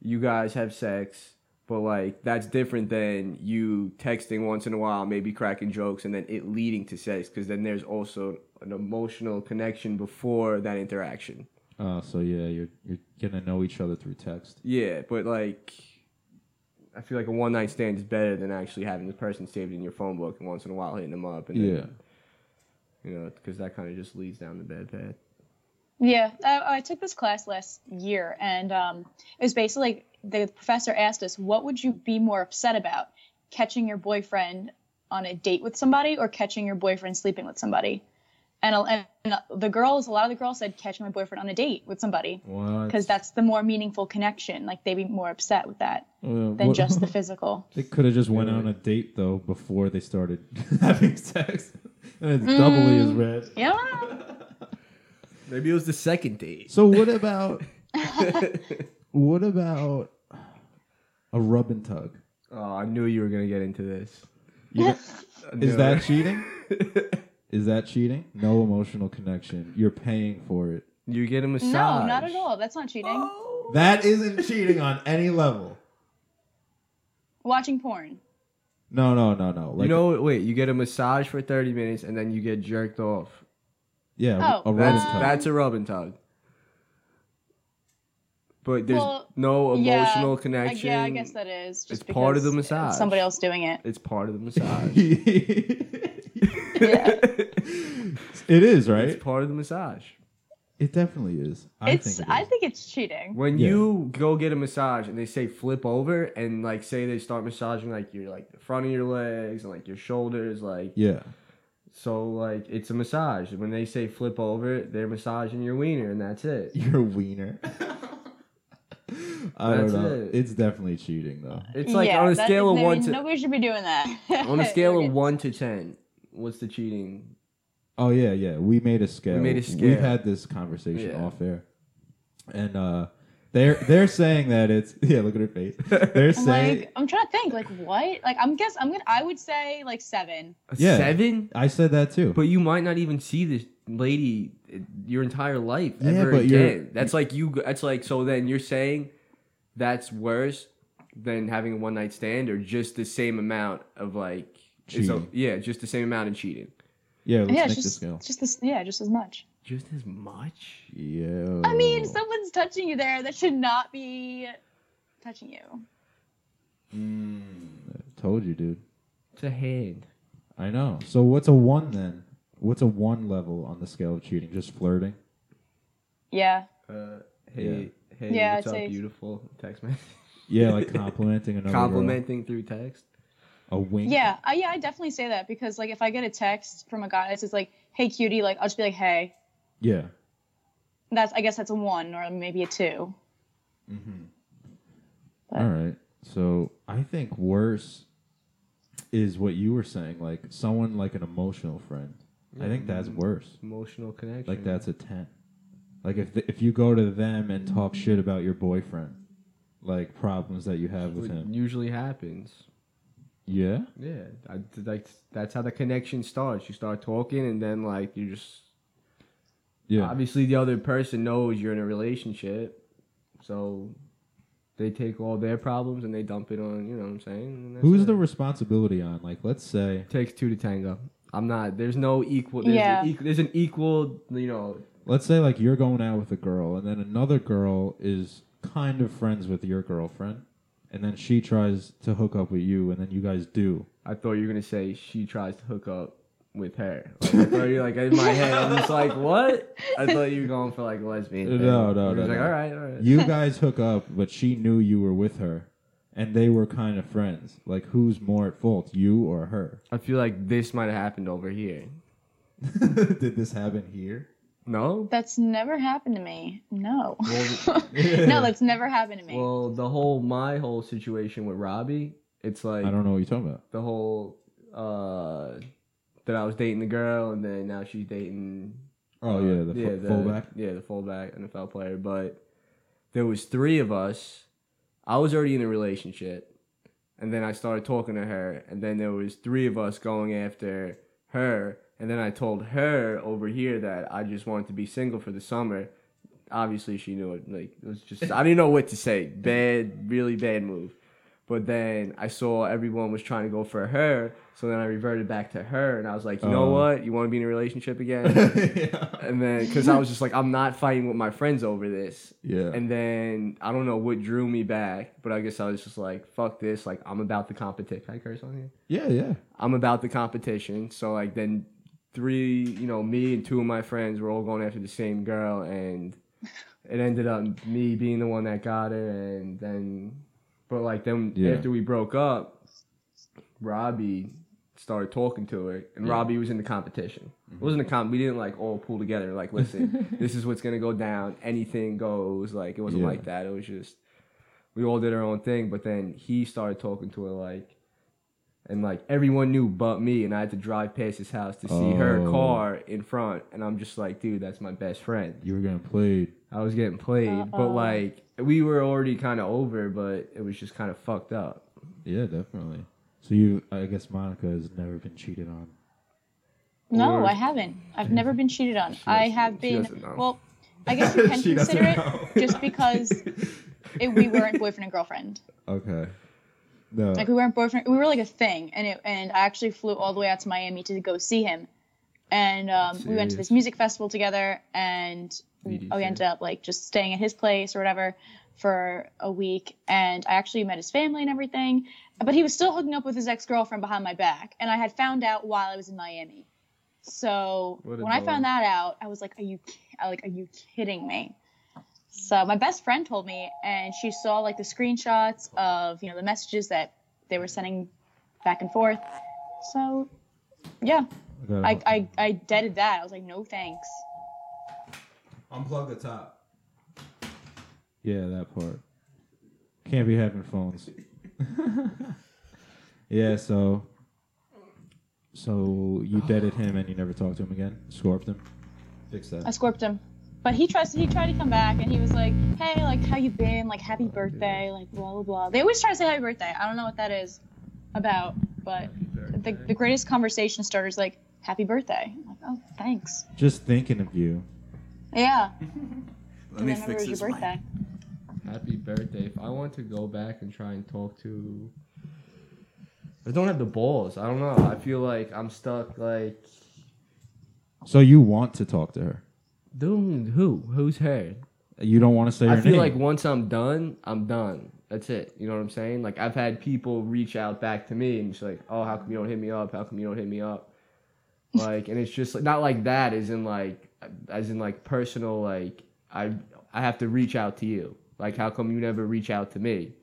[SPEAKER 4] you guys have sex, but like that's different than you texting once in a while, maybe cracking jokes, and then it leading to sex, because then there's also an emotional connection before that interaction.
[SPEAKER 2] Uh, so yeah, you're you're gonna know each other through text.
[SPEAKER 4] Yeah, but like, I feel like a one night stand is better than actually having the person saved in your phone book and once in a while hitting them up. And then-
[SPEAKER 2] Yeah.
[SPEAKER 4] you know, because that kind of just leads down the bad path.
[SPEAKER 3] Yeah, I, I took this class last year, and um, it was basically the professor asked us, "What would you be more upset about, catching your boyfriend on a date with somebody, or catching your boyfriend sleeping with somebody?" And, a- and uh, the girls, a lot of the girls said, "Catching my boyfriend on a date with somebody,"
[SPEAKER 2] What?
[SPEAKER 3] because that's the more meaningful connection. Like they'd be more upset with that
[SPEAKER 2] Uh,
[SPEAKER 3] than
[SPEAKER 2] what-
[SPEAKER 3] just the physical.
[SPEAKER 2] They could have just went on a date though before they started having sex, and it's doubly
[SPEAKER 3] Mm.
[SPEAKER 2] as red.
[SPEAKER 3] Yeah.
[SPEAKER 4] Maybe it was the second date.
[SPEAKER 2] So what about what about a rub and tug?
[SPEAKER 4] Oh, I knew you were gonna get into this.
[SPEAKER 2] You know-
[SPEAKER 4] I knew
[SPEAKER 2] is that
[SPEAKER 4] it.
[SPEAKER 2] cheating? Is that cheating? No emotional connection. You're paying for it.
[SPEAKER 4] you get a massage?
[SPEAKER 3] No, not at all. That's not cheating.
[SPEAKER 2] That isn't cheating on any level.
[SPEAKER 3] Watching porn.
[SPEAKER 2] No, no, no, no. Like
[SPEAKER 4] you know, wait, you get a massage for 30 minutes and then you get jerked off.
[SPEAKER 2] yeah,
[SPEAKER 3] Oh,
[SPEAKER 2] a rub and
[SPEAKER 4] That's
[SPEAKER 3] Um,
[SPEAKER 2] tug.
[SPEAKER 4] that's a rub and tug. But there's
[SPEAKER 3] Well,
[SPEAKER 4] no
[SPEAKER 3] yeah,
[SPEAKER 4] emotional
[SPEAKER 3] I-
[SPEAKER 4] connection.
[SPEAKER 3] yeah, I guess that is. Just
[SPEAKER 4] It's part of the
[SPEAKER 3] because
[SPEAKER 4] massage.
[SPEAKER 3] Somebody else doing it.
[SPEAKER 4] It's part of the massage.
[SPEAKER 3] Yeah.
[SPEAKER 2] it is right.
[SPEAKER 4] It's part of the massage.
[SPEAKER 2] It definitely is. I
[SPEAKER 3] it's.
[SPEAKER 2] think it
[SPEAKER 3] I
[SPEAKER 2] is.
[SPEAKER 3] think it's cheating.
[SPEAKER 4] When
[SPEAKER 2] Yeah.
[SPEAKER 4] you go get a massage and they say flip over and like say they start massaging like your like the front of your legs and like your shoulders, like
[SPEAKER 2] yeah.
[SPEAKER 4] so like it's a massage. When they say flip over, they're massaging your wiener and that's it.
[SPEAKER 2] Your wiener. I don't
[SPEAKER 4] That's
[SPEAKER 2] know.
[SPEAKER 4] it.
[SPEAKER 2] It's definitely cheating though.
[SPEAKER 4] It's like
[SPEAKER 3] Yeah,
[SPEAKER 4] on a
[SPEAKER 3] that-
[SPEAKER 4] scale of
[SPEAKER 3] no-
[SPEAKER 4] one to
[SPEAKER 3] Nobody should be doing that.
[SPEAKER 4] on a scale of one to ten, what's the cheating?
[SPEAKER 2] Oh yeah, yeah. We made a scale.
[SPEAKER 4] made a
[SPEAKER 2] We've
[SPEAKER 4] scale.
[SPEAKER 2] had this conversation
[SPEAKER 4] Yeah.
[SPEAKER 2] off air, and uh, they're they're saying that it's yeah. Look at her face. They're
[SPEAKER 3] I'm
[SPEAKER 2] saying
[SPEAKER 3] like, I'm trying to think. Like what? Like I'm guess. I'm gonna. I would say like seven.
[SPEAKER 4] A
[SPEAKER 2] Yeah.
[SPEAKER 4] Seven?
[SPEAKER 2] I said that too.
[SPEAKER 4] But you might not even see this lady uh, your entire life
[SPEAKER 2] Yeah,
[SPEAKER 4] ever
[SPEAKER 2] but you're-
[SPEAKER 4] again. That's like you. That's like so. Then you're saying that's worse than having a one night stand, or just the same amount of like. it's a-
[SPEAKER 2] Cheating.
[SPEAKER 4] yeah, just the same amount of cheating.
[SPEAKER 2] yeah, let's
[SPEAKER 3] yeah,
[SPEAKER 2] make
[SPEAKER 3] it's
[SPEAKER 2] the
[SPEAKER 3] just
[SPEAKER 2] scale.
[SPEAKER 3] just this. Yeah, just as much.
[SPEAKER 4] Just as much.
[SPEAKER 2] Yeah.
[SPEAKER 3] I
[SPEAKER 4] Oh.
[SPEAKER 3] mean, someone's touching you there. That should not be touching you.
[SPEAKER 2] told you, dude.
[SPEAKER 4] It's a hand.
[SPEAKER 2] I know. So what's a one then? What's a one level on the scale of cheating? Just flirting.
[SPEAKER 3] Yeah.
[SPEAKER 4] Uh, hey, hey,
[SPEAKER 3] Yeah,
[SPEAKER 4] what's
[SPEAKER 3] I'd
[SPEAKER 4] up,
[SPEAKER 3] say-
[SPEAKER 4] beautiful? Text message.
[SPEAKER 2] Yeah, like complimenting another girl.
[SPEAKER 4] Complimenting through text.
[SPEAKER 2] A wink.
[SPEAKER 3] Yeah, I, yeah, I definitely say that because like if I get a text from a guy that's just like, "Hey, cutie," like I'll just be like, "Hey."
[SPEAKER 2] Yeah.
[SPEAKER 3] That's I guess that's a one or maybe a two.
[SPEAKER 2] All right. So I think worse is what you were saying, like someone like an emotional friend. I think that's
[SPEAKER 4] Mm-hmm.
[SPEAKER 2] worse.
[SPEAKER 4] Emotional connection.
[SPEAKER 2] Like that's a ten. Like if th if you go to them and talk shit about your boyfriend, like problems that you have with
[SPEAKER 4] What
[SPEAKER 2] him.
[SPEAKER 4] usually happens.
[SPEAKER 2] Yeah.
[SPEAKER 4] Yeah, I, like that's how the connection starts. You start talking, and then like you just
[SPEAKER 2] Yeah.
[SPEAKER 4] obviously the other person knows you're in a relationship, so they take all their problems and they dump it on. You know what I'm saying? And that's
[SPEAKER 2] Who's
[SPEAKER 4] it.
[SPEAKER 2] the responsibility on? Like, let's say,
[SPEAKER 4] takes two to tango? I'm not. There's no equal. There's,
[SPEAKER 3] Yeah.
[SPEAKER 4] an, equal, there's an equal. You know.
[SPEAKER 2] let's say like you're going out with a girl, and then another girl is kind of friends with your girlfriend, and then she tries to hook up with you, and then you guys do.
[SPEAKER 4] I thought you were gonna say she tries to hook up with her. Like, I thought you were, like in my head. I'm just like what? I thought you were going for like a lesbian. thing.
[SPEAKER 2] No, no,
[SPEAKER 4] I was
[SPEAKER 2] no,
[SPEAKER 4] Like
[SPEAKER 2] no.
[SPEAKER 4] all right, all right.
[SPEAKER 2] you guys hook up, but she knew you were with her, and they were kind of friends. Like, who's more at fault, you or her?
[SPEAKER 4] I feel like this might have happened over here.
[SPEAKER 2] Did this happen here?
[SPEAKER 4] No.
[SPEAKER 3] That's never happened to me. No.
[SPEAKER 4] Well,
[SPEAKER 3] no, that's never happened to me.
[SPEAKER 4] well, the whole my whole situation with Robbie, it's like
[SPEAKER 2] I don't know what you're talking about.
[SPEAKER 4] the whole uh that I was dating the girl and then now she's dating
[SPEAKER 2] Oh
[SPEAKER 4] uh,
[SPEAKER 2] yeah, the, fu- fullback.
[SPEAKER 4] Yeah, the fullback NFL player. But there was three of us. I was already in a relationship, and then I started talking to her, and then there was three of us going after her, and then I told her over here that I just wanted to be single for the summer. Obviously, she knew it. Like it was just I didn't know what to say. Bad, really bad move. But then I saw everyone was trying to go for her, so then I reverted back to her, and I was like, you know
[SPEAKER 2] Oh.
[SPEAKER 4] what? You want to be in a relationship again? And then, because I was just like, I'm not fighting with my friends over this.
[SPEAKER 2] Yeah.
[SPEAKER 4] And then I don't know what drew me back, but I guess I was just like, fuck this. Like, I'm about the competition. Can I curse on here?
[SPEAKER 2] yeah, yeah.
[SPEAKER 4] I'm about the competition. So, like, then three, you know, me and two of my friends were all going after the same girl, and it ended up me being the one that got her, and then, but like then
[SPEAKER 2] Yeah.
[SPEAKER 4] after we broke up, Robbie started talking to her, and
[SPEAKER 2] Yeah. Mm-hmm.
[SPEAKER 4] Robbie was in the competition. It wasn't a comp. We didn't like all pull together. Like, listen, this is what's gonna go down. Anything goes. Like, it wasn't
[SPEAKER 2] Yeah.
[SPEAKER 4] like that. It was just we all did our own thing. But then he started talking to her like and like everyone knew but me and i had to drive past his house to see her
[SPEAKER 2] Oh.
[SPEAKER 4] car in front and i'm just like dude that's my best friend
[SPEAKER 2] You were getting played.
[SPEAKER 4] i was getting played but
[SPEAKER 3] Uh-oh.
[SPEAKER 4] like we were already kind of over but it was just kind of fucked up
[SPEAKER 2] Yeah, definitely. So you, I guess Monica has never been cheated on.
[SPEAKER 3] No,
[SPEAKER 4] Or-
[SPEAKER 3] I haven't. I've never been cheated on. I have
[SPEAKER 4] she
[SPEAKER 3] been.
[SPEAKER 4] doesn't know.
[SPEAKER 3] Well, I guess you can
[SPEAKER 4] She doesn't
[SPEAKER 3] consider it
[SPEAKER 4] know.
[SPEAKER 3] just because it, we weren't boyfriend and girlfriend.
[SPEAKER 2] Okay. No.
[SPEAKER 3] Like we weren't boyfriend. We were like a thing, and it and I actually flew all the way out to Miami to go see him, and um, we went to this music festival together, and we,
[SPEAKER 4] VDC.
[SPEAKER 3] we ended up like just staying at his place or whatever for a week, and I actually met his family and everything, but he was still hooking up with his ex girlfriend behind my back, and I had found out while I was in Miami. So
[SPEAKER 4] What
[SPEAKER 3] when
[SPEAKER 4] a
[SPEAKER 3] I
[SPEAKER 4] dog.
[SPEAKER 3] found that out, I was like, "Are you ki- I- like Are you kidding me?" So my best friend told me, and she saw like the screenshots of you know the messages that they were sending back and forth. So yeah,
[SPEAKER 2] gotta-
[SPEAKER 3] I I, I deaded that. I was like, "No thanks."
[SPEAKER 4] unplug the top
[SPEAKER 2] Yeah, that part. Can't be having phones. yeah, so so you deaded him and you never talked to him again? Scorped him? Fix
[SPEAKER 3] I
[SPEAKER 2] that.
[SPEAKER 3] scorped him. But he tries. He tried to come back, and he was like, "Hey, like, how you been? Like, happy birthday. Like, blah blah blah." They always try to say happy birthday. I don't know what that is about, but the, the greatest conversation starter is like, "Happy birthday." I'm like, oh, thanks.
[SPEAKER 2] Just thinking of you.
[SPEAKER 3] Yeah.
[SPEAKER 1] Let me
[SPEAKER 3] I remember
[SPEAKER 1] fix
[SPEAKER 3] it
[SPEAKER 1] this
[SPEAKER 3] was your
[SPEAKER 1] mic.
[SPEAKER 3] birthday.
[SPEAKER 4] happy birthday if i want to go back and try and talk to i don't have the balls i don't know i feel like i'm stuck like
[SPEAKER 2] So you want to talk to her.
[SPEAKER 4] dude who who's her
[SPEAKER 2] You don't want to say
[SPEAKER 4] I
[SPEAKER 2] her
[SPEAKER 4] feel
[SPEAKER 2] name.
[SPEAKER 4] like once I'm done, I'm done. That's it. You know what I'm saying? Like I've had people reach out back to me and just like, oh, how come you don't hit me up? How come you don't hit me up? Like, and it's just like not like that. As in like, as in like personal. Like I, I have to reach out to you. Like, how come you never reach out to me?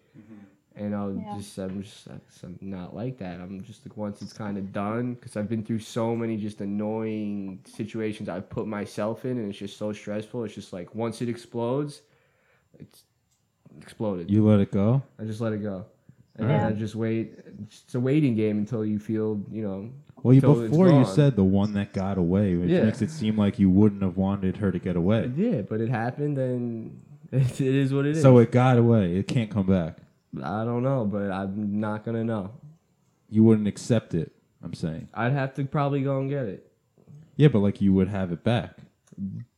[SPEAKER 4] And I'll
[SPEAKER 3] Yeah.
[SPEAKER 4] just, I'm just, I'm not like that. I'm just like once it's kind of done because I've been through so many just annoying situations I've put myself in, and it's just so stressful. It's just like once it explodes, it's exploded.
[SPEAKER 2] you let it go?
[SPEAKER 4] I just let it go. And
[SPEAKER 3] Alright.
[SPEAKER 4] then I just wait. It's a waiting game until you feel, you know,
[SPEAKER 2] Well, you,
[SPEAKER 4] Till it's
[SPEAKER 2] before you
[SPEAKER 4] gone.
[SPEAKER 2] said the one that got away, which
[SPEAKER 4] Yeah.
[SPEAKER 2] makes it seem like you wouldn't have wanted her to get away.
[SPEAKER 4] yeah, but it happened and it, it is what it is.
[SPEAKER 2] So it got away. It can't come back.
[SPEAKER 4] I don't know, but I'm not going to know.
[SPEAKER 2] You wouldn't accept it, I'm saying.
[SPEAKER 4] I'd have to probably go and get it.
[SPEAKER 2] Yeah, but like you would have it back.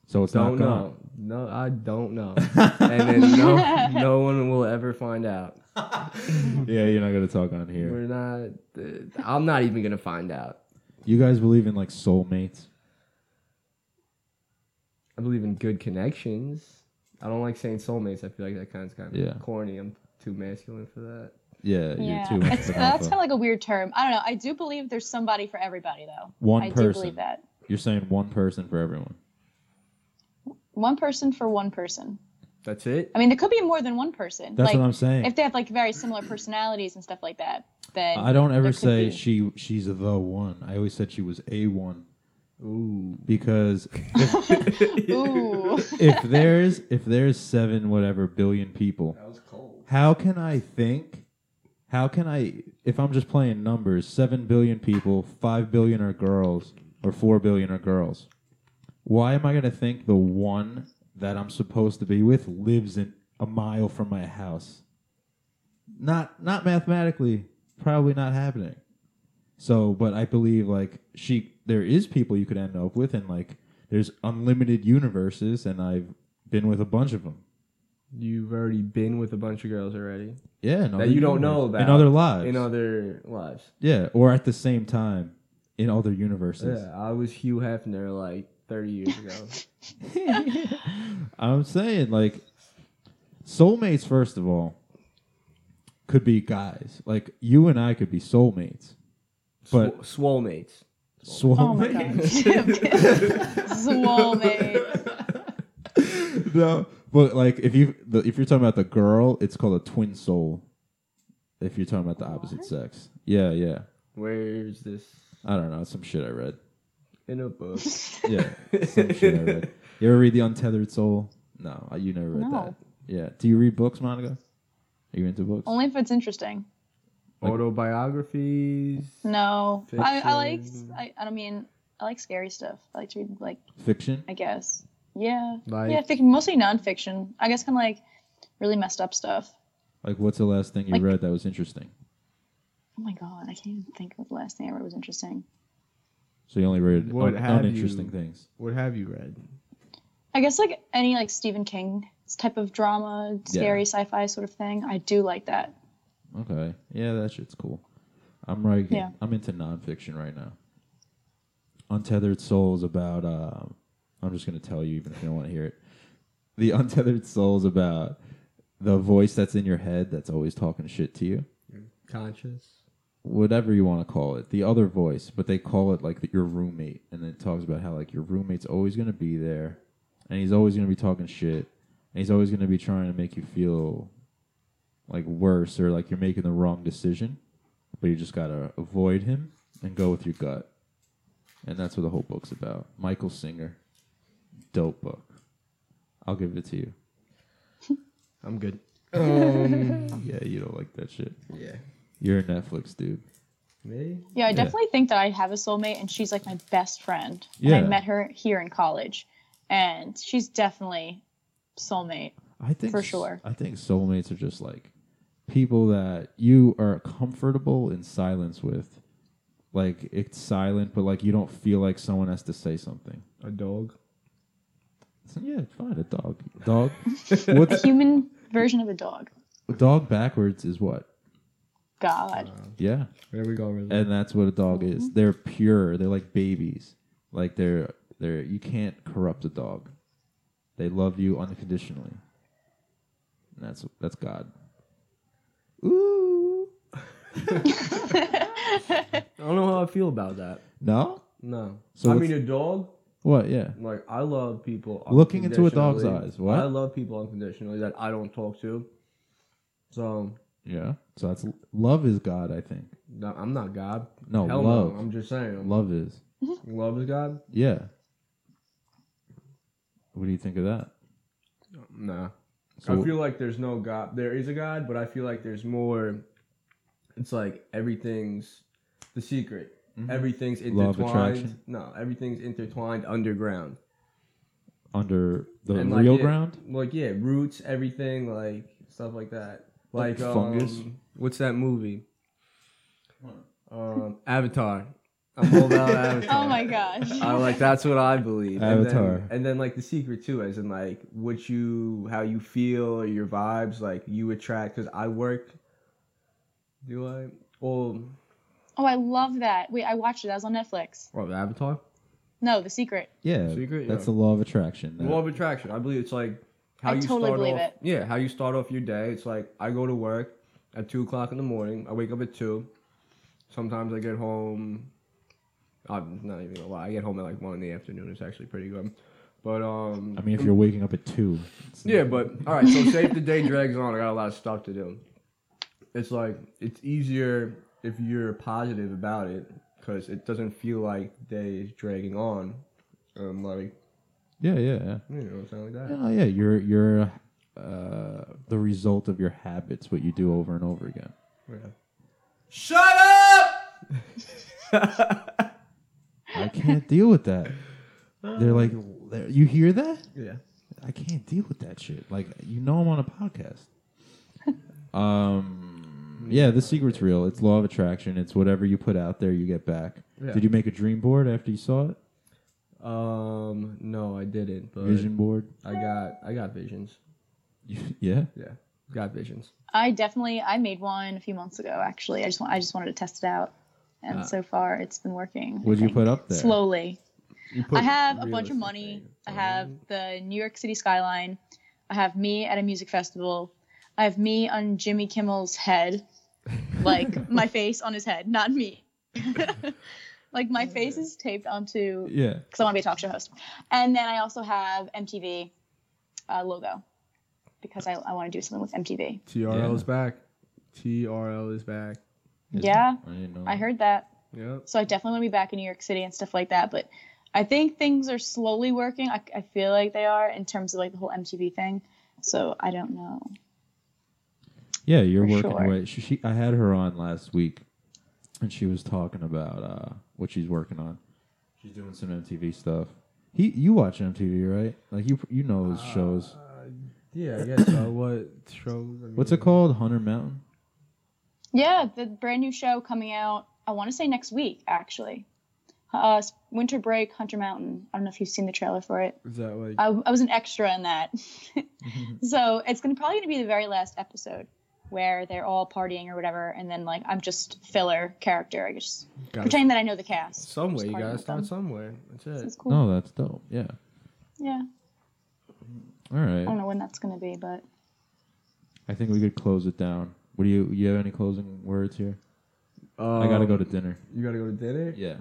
[SPEAKER 2] So it's
[SPEAKER 4] Don't
[SPEAKER 2] not gone.
[SPEAKER 4] know. No, I don't know. and then no, no one will ever find out.
[SPEAKER 2] Yeah, you're not gonna talk on here.
[SPEAKER 4] We're not, uh, I'm not even going to find out.
[SPEAKER 2] You guys believe in like soulmates?
[SPEAKER 4] I believe in good connections. I don't like saying soulmates. I feel like that kind of kind of
[SPEAKER 2] Yeah.
[SPEAKER 4] corny. I'm too masculine for that.
[SPEAKER 2] Yeah,
[SPEAKER 3] Yeah,
[SPEAKER 2] you're too much
[SPEAKER 3] it's,
[SPEAKER 2] of an
[SPEAKER 3] that's
[SPEAKER 2] alpha.
[SPEAKER 3] kind of like a weird term. I don't know. I do believe there's somebody for everybody, though.
[SPEAKER 2] One
[SPEAKER 3] I do
[SPEAKER 2] person.
[SPEAKER 3] believe that.
[SPEAKER 2] You're saying one person for everyone.
[SPEAKER 3] One person for one person.
[SPEAKER 4] That's it.
[SPEAKER 3] I mean, there could be more than one person.
[SPEAKER 2] That's
[SPEAKER 3] like,
[SPEAKER 2] what I'm saying.
[SPEAKER 3] If they have like very similar personalities and stuff like that, then
[SPEAKER 2] I don't
[SPEAKER 3] there
[SPEAKER 2] ever
[SPEAKER 3] could
[SPEAKER 2] say
[SPEAKER 3] be.
[SPEAKER 2] she she's the one. I always said she was a one
[SPEAKER 4] Ooh.
[SPEAKER 2] because
[SPEAKER 3] Ooh,
[SPEAKER 2] if there's if there's seven whatever billion people,
[SPEAKER 4] That was cold.
[SPEAKER 2] how can I think? How can I if I'm just playing numbers? Seven billion people, five billion are girls, or four billion are girls. Why am I gonna think the one that I'm supposed to be with lives in a mile from my house? Not not mathematically, probably not happening. So, but I believe like she, there is people you could end up with, and like there's unlimited universes, and I've been with a bunch of them.
[SPEAKER 4] You've already been with a bunch of girls already
[SPEAKER 2] Yeah, in
[SPEAKER 4] that
[SPEAKER 2] other
[SPEAKER 4] you don't
[SPEAKER 2] universes.
[SPEAKER 4] know about
[SPEAKER 2] in other lives.
[SPEAKER 4] In other lives.
[SPEAKER 2] yeah, or at the same time in other universes.
[SPEAKER 4] Yeah, I was Hugh Hefner like 30 years ago.
[SPEAKER 2] I'm saying like soulmates. First of all, could be guys. Like you and I could be soulmates. But-
[SPEAKER 4] Sw- swole mates.
[SPEAKER 2] Swole
[SPEAKER 3] Oh my
[SPEAKER 2] man.
[SPEAKER 3] God. Swole man.
[SPEAKER 2] no, but like if you the, if you're talking about the girl, it's called a twin soul. If you're talking about the opposite
[SPEAKER 3] What?
[SPEAKER 2] sex, yeah, yeah.
[SPEAKER 4] Where's this
[SPEAKER 2] I don't know, some shit I read.
[SPEAKER 4] in a book?
[SPEAKER 2] Yeah, some shit I read. You ever read the Untethered Soul? No, I- you never read that.
[SPEAKER 3] No.
[SPEAKER 2] Yeah. Do you read books, Monica? Are you into books?
[SPEAKER 3] Only if it's interesting.
[SPEAKER 2] Like-
[SPEAKER 4] Autobiographies.
[SPEAKER 3] No, I, I like.
[SPEAKER 4] Fiction.
[SPEAKER 3] I, I don't mean I like scary stuff. I like to read like
[SPEAKER 2] Fiction.
[SPEAKER 3] I guess. Yeah.
[SPEAKER 4] Like-
[SPEAKER 3] yeah, fic- mostly nonfiction. I guess kind of like really messed up stuff.
[SPEAKER 2] Like, what's the last thing you
[SPEAKER 3] Like-
[SPEAKER 2] read that was interesting?
[SPEAKER 3] Oh my god, I can't even think of the last thing I read was interesting.
[SPEAKER 2] So you only read
[SPEAKER 4] What
[SPEAKER 2] un-
[SPEAKER 4] have
[SPEAKER 2] uninteresting
[SPEAKER 4] you-
[SPEAKER 2] things.
[SPEAKER 4] What have you read?
[SPEAKER 3] I guess like any like Stephen King type of drama, scary sci-fi sort of thing. I do like that.
[SPEAKER 2] Okay. Yeah, that shit's cool. I'm right.
[SPEAKER 3] Yeah.
[SPEAKER 2] I'm into nonfiction right now. Untethered Soul is about. Uh, I'm just gonna tell you, even if you don't want to hear it. The Untethered Soul is about the voice that's in your head that's always talking shit to you,
[SPEAKER 4] Conscious.
[SPEAKER 2] whatever you want to call it. The other voice, but they call it like the, your roommate, and it talks about how like your roommate's always gonna be there, and he's always gonna be talking shit, and he's always gonna be trying to make you feel like worse or like you're making the wrong decision but you just gotta avoid him and go with your gut. And that's what the whole book's about. Michael Singer, dope book. I'll give it to you.
[SPEAKER 4] I'm good.
[SPEAKER 2] Yeah, you don't like that shit.
[SPEAKER 4] Um, Yeah.
[SPEAKER 2] You're a Netflix dude.
[SPEAKER 4] Me?
[SPEAKER 3] Yeah, I
[SPEAKER 2] Yeah.
[SPEAKER 3] definitely think that I have a soulmate, and she's like my best friend.
[SPEAKER 2] Yeah.
[SPEAKER 3] And I met her here in college, and she's definitely soulmate.
[SPEAKER 2] I think
[SPEAKER 3] For
[SPEAKER 2] s-
[SPEAKER 3] sure.
[SPEAKER 2] I think soulmates are just like people that you are comfortable in silence with. Like it's silent, but like you don't feel like someone has to say something.
[SPEAKER 4] A dog.
[SPEAKER 2] So, yeah, fine. A dog. Dog. What's
[SPEAKER 3] Human version of a dog.
[SPEAKER 2] dog backwards is what?
[SPEAKER 3] God.
[SPEAKER 2] Yeah.
[SPEAKER 4] There we go. Rizzo.
[SPEAKER 2] and that's what a dog is.
[SPEAKER 3] Mm-hmm.
[SPEAKER 2] They're pure. They're like babies. Like they're they're you can't corrupt a dog. They love you unconditionally. And that's that's God. Ooh.
[SPEAKER 4] I don't know how I feel about that.
[SPEAKER 2] No?
[SPEAKER 4] No.
[SPEAKER 2] So
[SPEAKER 4] I
[SPEAKER 2] what's-
[SPEAKER 4] mean, a dog.
[SPEAKER 2] What? Yeah.
[SPEAKER 4] Like I love people
[SPEAKER 2] Looking into a dog's
[SPEAKER 4] unconditionally.
[SPEAKER 2] eyes, what?
[SPEAKER 4] I love people unconditionally that I don't talk to. So
[SPEAKER 2] Yeah. So that's love is God, I think.
[SPEAKER 4] no, I'm not God.
[SPEAKER 2] No,
[SPEAKER 4] Hell
[SPEAKER 2] love.
[SPEAKER 4] no. I'm just saying. Love.
[SPEAKER 2] Love is.
[SPEAKER 4] love is God.
[SPEAKER 2] Yeah. What do you think of that?
[SPEAKER 4] Nah. I
[SPEAKER 2] So
[SPEAKER 4] feel like there's no God. There is a God, but I feel like there's more. It's like everything's the secret.
[SPEAKER 2] Mhm.
[SPEAKER 4] Everything's
[SPEAKER 2] Law of
[SPEAKER 4] intertwined.
[SPEAKER 2] attraction.
[SPEAKER 4] No, everything's intertwined underground.
[SPEAKER 2] under the
[SPEAKER 4] And, like,
[SPEAKER 2] real
[SPEAKER 4] yeah,
[SPEAKER 2] ground?
[SPEAKER 4] Like yeah, roots, everything, like stuff like that.
[SPEAKER 2] Like
[SPEAKER 4] Like,
[SPEAKER 2] fungus?
[SPEAKER 4] um, what's that movie? Um, Avatar. I'm all about Avatar.
[SPEAKER 3] Oh my gosh.
[SPEAKER 4] I like that's what I believe. And
[SPEAKER 2] Avatar.
[SPEAKER 4] then, and then like the secret too, as in like what you, how you feel, or your vibes, like you attract. Because I work. Do I? Well,
[SPEAKER 3] Oh, I love that. Wait, I watched it. That was on Netflix.
[SPEAKER 4] what Avatar?
[SPEAKER 3] No, The Secret.
[SPEAKER 2] Yeah.
[SPEAKER 4] Secret,
[SPEAKER 2] that's
[SPEAKER 4] yeah.
[SPEAKER 2] the law of attraction. That-
[SPEAKER 4] Law of attraction. I believe it's like how
[SPEAKER 3] I
[SPEAKER 4] you
[SPEAKER 3] totally
[SPEAKER 4] start
[SPEAKER 3] believe
[SPEAKER 4] off.
[SPEAKER 3] it.
[SPEAKER 4] Yeah, how you start off your day. It's like I go to work at two o'clock in the morning. I wake up at two. Sometimes I get home. I'm not even gonna lie. I get home at like one in the afternoon. It's actually pretty good. But um,
[SPEAKER 2] I mean if you're waking up at two. it's-
[SPEAKER 4] yeah. But all right. So say if the day drags on, I got a lot of stuff to do. It's like it's easier if you're positive about it because it doesn't feel like the day is dragging on. Um, like
[SPEAKER 2] Yeah, yeah, yeah.
[SPEAKER 4] you know, something like that.
[SPEAKER 2] No, yeah, you're you're uh, the result of your habits, what you do over and over again.
[SPEAKER 4] Shut up!
[SPEAKER 2] I can't deal with that. They're like, they're- you hear that?
[SPEAKER 4] Yeah.
[SPEAKER 2] I can't deal with that shit. Like, you know, I'm on a podcast. Um, yeah, the secret's real. It's law of attraction. It's whatever you put out there, you get back.
[SPEAKER 4] Yeah.
[SPEAKER 2] Did you make a dream board after you saw it?
[SPEAKER 4] Um, no, I didn't, but
[SPEAKER 2] Vision board?
[SPEAKER 4] I got I got visions.
[SPEAKER 2] yeah.
[SPEAKER 4] Yeah. Got visions.
[SPEAKER 3] I definitely I made one a few months ago actually. I just want I just wanted to test it out. And
[SPEAKER 4] Ah.
[SPEAKER 3] so far it's been working. I
[SPEAKER 2] What did Uh, you
[SPEAKER 3] think.
[SPEAKER 2] put up there?
[SPEAKER 3] Slowly.
[SPEAKER 4] You
[SPEAKER 3] I have a bunch of
[SPEAKER 4] realistic
[SPEAKER 3] money.
[SPEAKER 4] things.
[SPEAKER 3] I have the New York City skyline. I have me at a music festival. I have me on Jimmy Kimmel's head. Like my face on his head, not me. Like my face is taped onto
[SPEAKER 2] Yeah.
[SPEAKER 3] because I want to be a talk show host. And then I also have MTV uh, logo because I, I want to do something with MTV.
[SPEAKER 4] TRL
[SPEAKER 2] Yeah.
[SPEAKER 4] is back. TRL is back.
[SPEAKER 3] Yeah,
[SPEAKER 2] I didn't know.
[SPEAKER 3] I heard that.
[SPEAKER 4] Yep.
[SPEAKER 3] So I definitely want to be back in New York City and stuff like that. But I think things are slowly working. I, I feel like they are in terms of like the whole MTV thing. So I don't know.
[SPEAKER 2] Yeah, you're
[SPEAKER 3] For
[SPEAKER 2] working
[SPEAKER 3] sure.
[SPEAKER 2] away. She, she, I had her on last week, and she was talking about uh, what she's working on. She's doing some MTV stuff. He, you watch MTV, right? Like you, you know his shows.
[SPEAKER 4] Yeah, I guess so. What shows? I
[SPEAKER 2] What's it
[SPEAKER 4] mean,
[SPEAKER 2] called? Hunter Mountain.
[SPEAKER 3] Yeah, the brand new show coming out. I want to say next week actually. Uh, s- Winter Break, Hunter Mountain. I don't know if you've seen the trailer for it.
[SPEAKER 4] Is that like
[SPEAKER 3] I, I was an extra in that. so it's gonna probably gonna be the very last episode where they're all partying or whatever, and then like I'm just filler character. I just
[SPEAKER 4] gotta-
[SPEAKER 3] pretend that I know the cast.
[SPEAKER 4] somewhere? You
[SPEAKER 3] Just
[SPEAKER 4] gotta
[SPEAKER 3] partying
[SPEAKER 4] start
[SPEAKER 3] with them.
[SPEAKER 4] somewhere. That's
[SPEAKER 3] It's
[SPEAKER 4] it.
[SPEAKER 3] cool.
[SPEAKER 2] No, that's dope. Yeah.
[SPEAKER 3] Yeah,
[SPEAKER 2] All
[SPEAKER 3] I don't
[SPEAKER 2] right.
[SPEAKER 3] know when that's gonna be, but
[SPEAKER 2] I think we could close it down. What do you? You have any closing words here? I gotta go to dinner.
[SPEAKER 4] Um, You gotta go to dinner.
[SPEAKER 2] Yeah.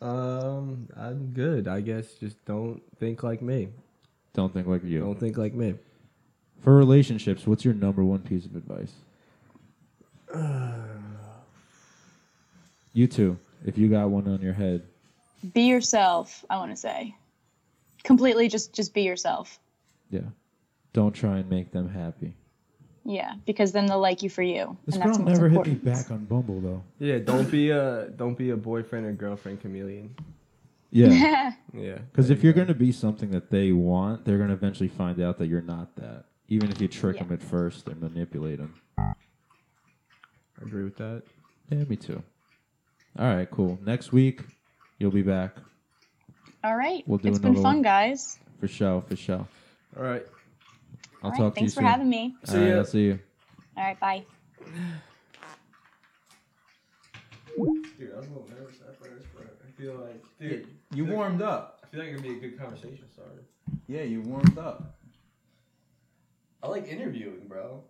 [SPEAKER 4] Um, I'm good. I guess just don't think like me.
[SPEAKER 2] Don't think like you.
[SPEAKER 4] Don't think like me.
[SPEAKER 2] For relationships, what's your number one piece of advice? you too. If you got one on your head.
[SPEAKER 3] be yourself. I want to say completely. Just just be yourself.
[SPEAKER 2] Yeah. Don't try and make them happy.
[SPEAKER 3] Yeah, because then they'll like you for you.
[SPEAKER 2] This
[SPEAKER 3] and
[SPEAKER 2] girl
[SPEAKER 3] that's what's
[SPEAKER 2] never hit me
[SPEAKER 3] important.
[SPEAKER 2] back on Bumble though.
[SPEAKER 4] Yeah, don't be a don't be a boyfriend or girlfriend chameleon.
[SPEAKER 2] Yeah.
[SPEAKER 4] Yeah,
[SPEAKER 2] Because
[SPEAKER 4] there
[SPEAKER 2] if
[SPEAKER 4] you
[SPEAKER 2] you're
[SPEAKER 4] go.
[SPEAKER 2] going to be something that they want, they're going to eventually find out that you're not that. Even if you trick
[SPEAKER 3] Yeah.
[SPEAKER 2] them at first and manipulate them.
[SPEAKER 4] I agree with that.
[SPEAKER 2] Yeah, me too. All right, cool. Next week, you'll be back
[SPEAKER 3] All right.
[SPEAKER 2] We'll do
[SPEAKER 3] it's been
[SPEAKER 2] another
[SPEAKER 3] fun,
[SPEAKER 2] one.
[SPEAKER 3] guys.
[SPEAKER 2] for show. For show.
[SPEAKER 4] All right.
[SPEAKER 2] I'll
[SPEAKER 3] All right,
[SPEAKER 2] talk to you
[SPEAKER 3] thanks for
[SPEAKER 2] soon.
[SPEAKER 3] having me.
[SPEAKER 2] All right,
[SPEAKER 4] See ya.
[SPEAKER 2] I'll see you.
[SPEAKER 3] All right, bye.
[SPEAKER 4] Dude, I was a little nervous at first, but I feel like, dude,
[SPEAKER 2] You warmed up.
[SPEAKER 4] I feel like it'd be a good conversation starter.
[SPEAKER 2] Yeah, you warmed up.
[SPEAKER 4] I like interviewing, bro.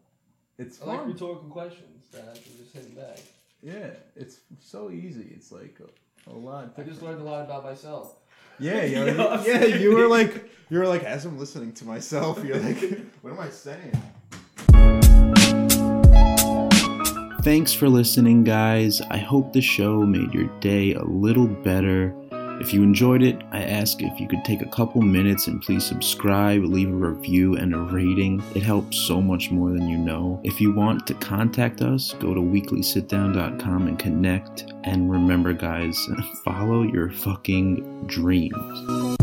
[SPEAKER 2] It's
[SPEAKER 4] I like rhetorical questions that I can just hit back.
[SPEAKER 2] Yeah, it's so easy. It's like a, a lot.
[SPEAKER 5] I just learned a lot about myself.
[SPEAKER 2] Yeah, yo,
[SPEAKER 4] Yeah, I'm
[SPEAKER 2] you- yeah. You were like, you were like, as I'm listening to myself, you're like, what am I saying?
[SPEAKER 1] Thanks for listening, guys. I hope the show made your day a little better. If you enjoyed it, I ask if you could take a couple minutes and please subscribe, leave a review, and a rating. It helps so much more than you know. If you want to contact us, go to weeklysitdown.com and connect. And remember, guys, follow your fucking dreams.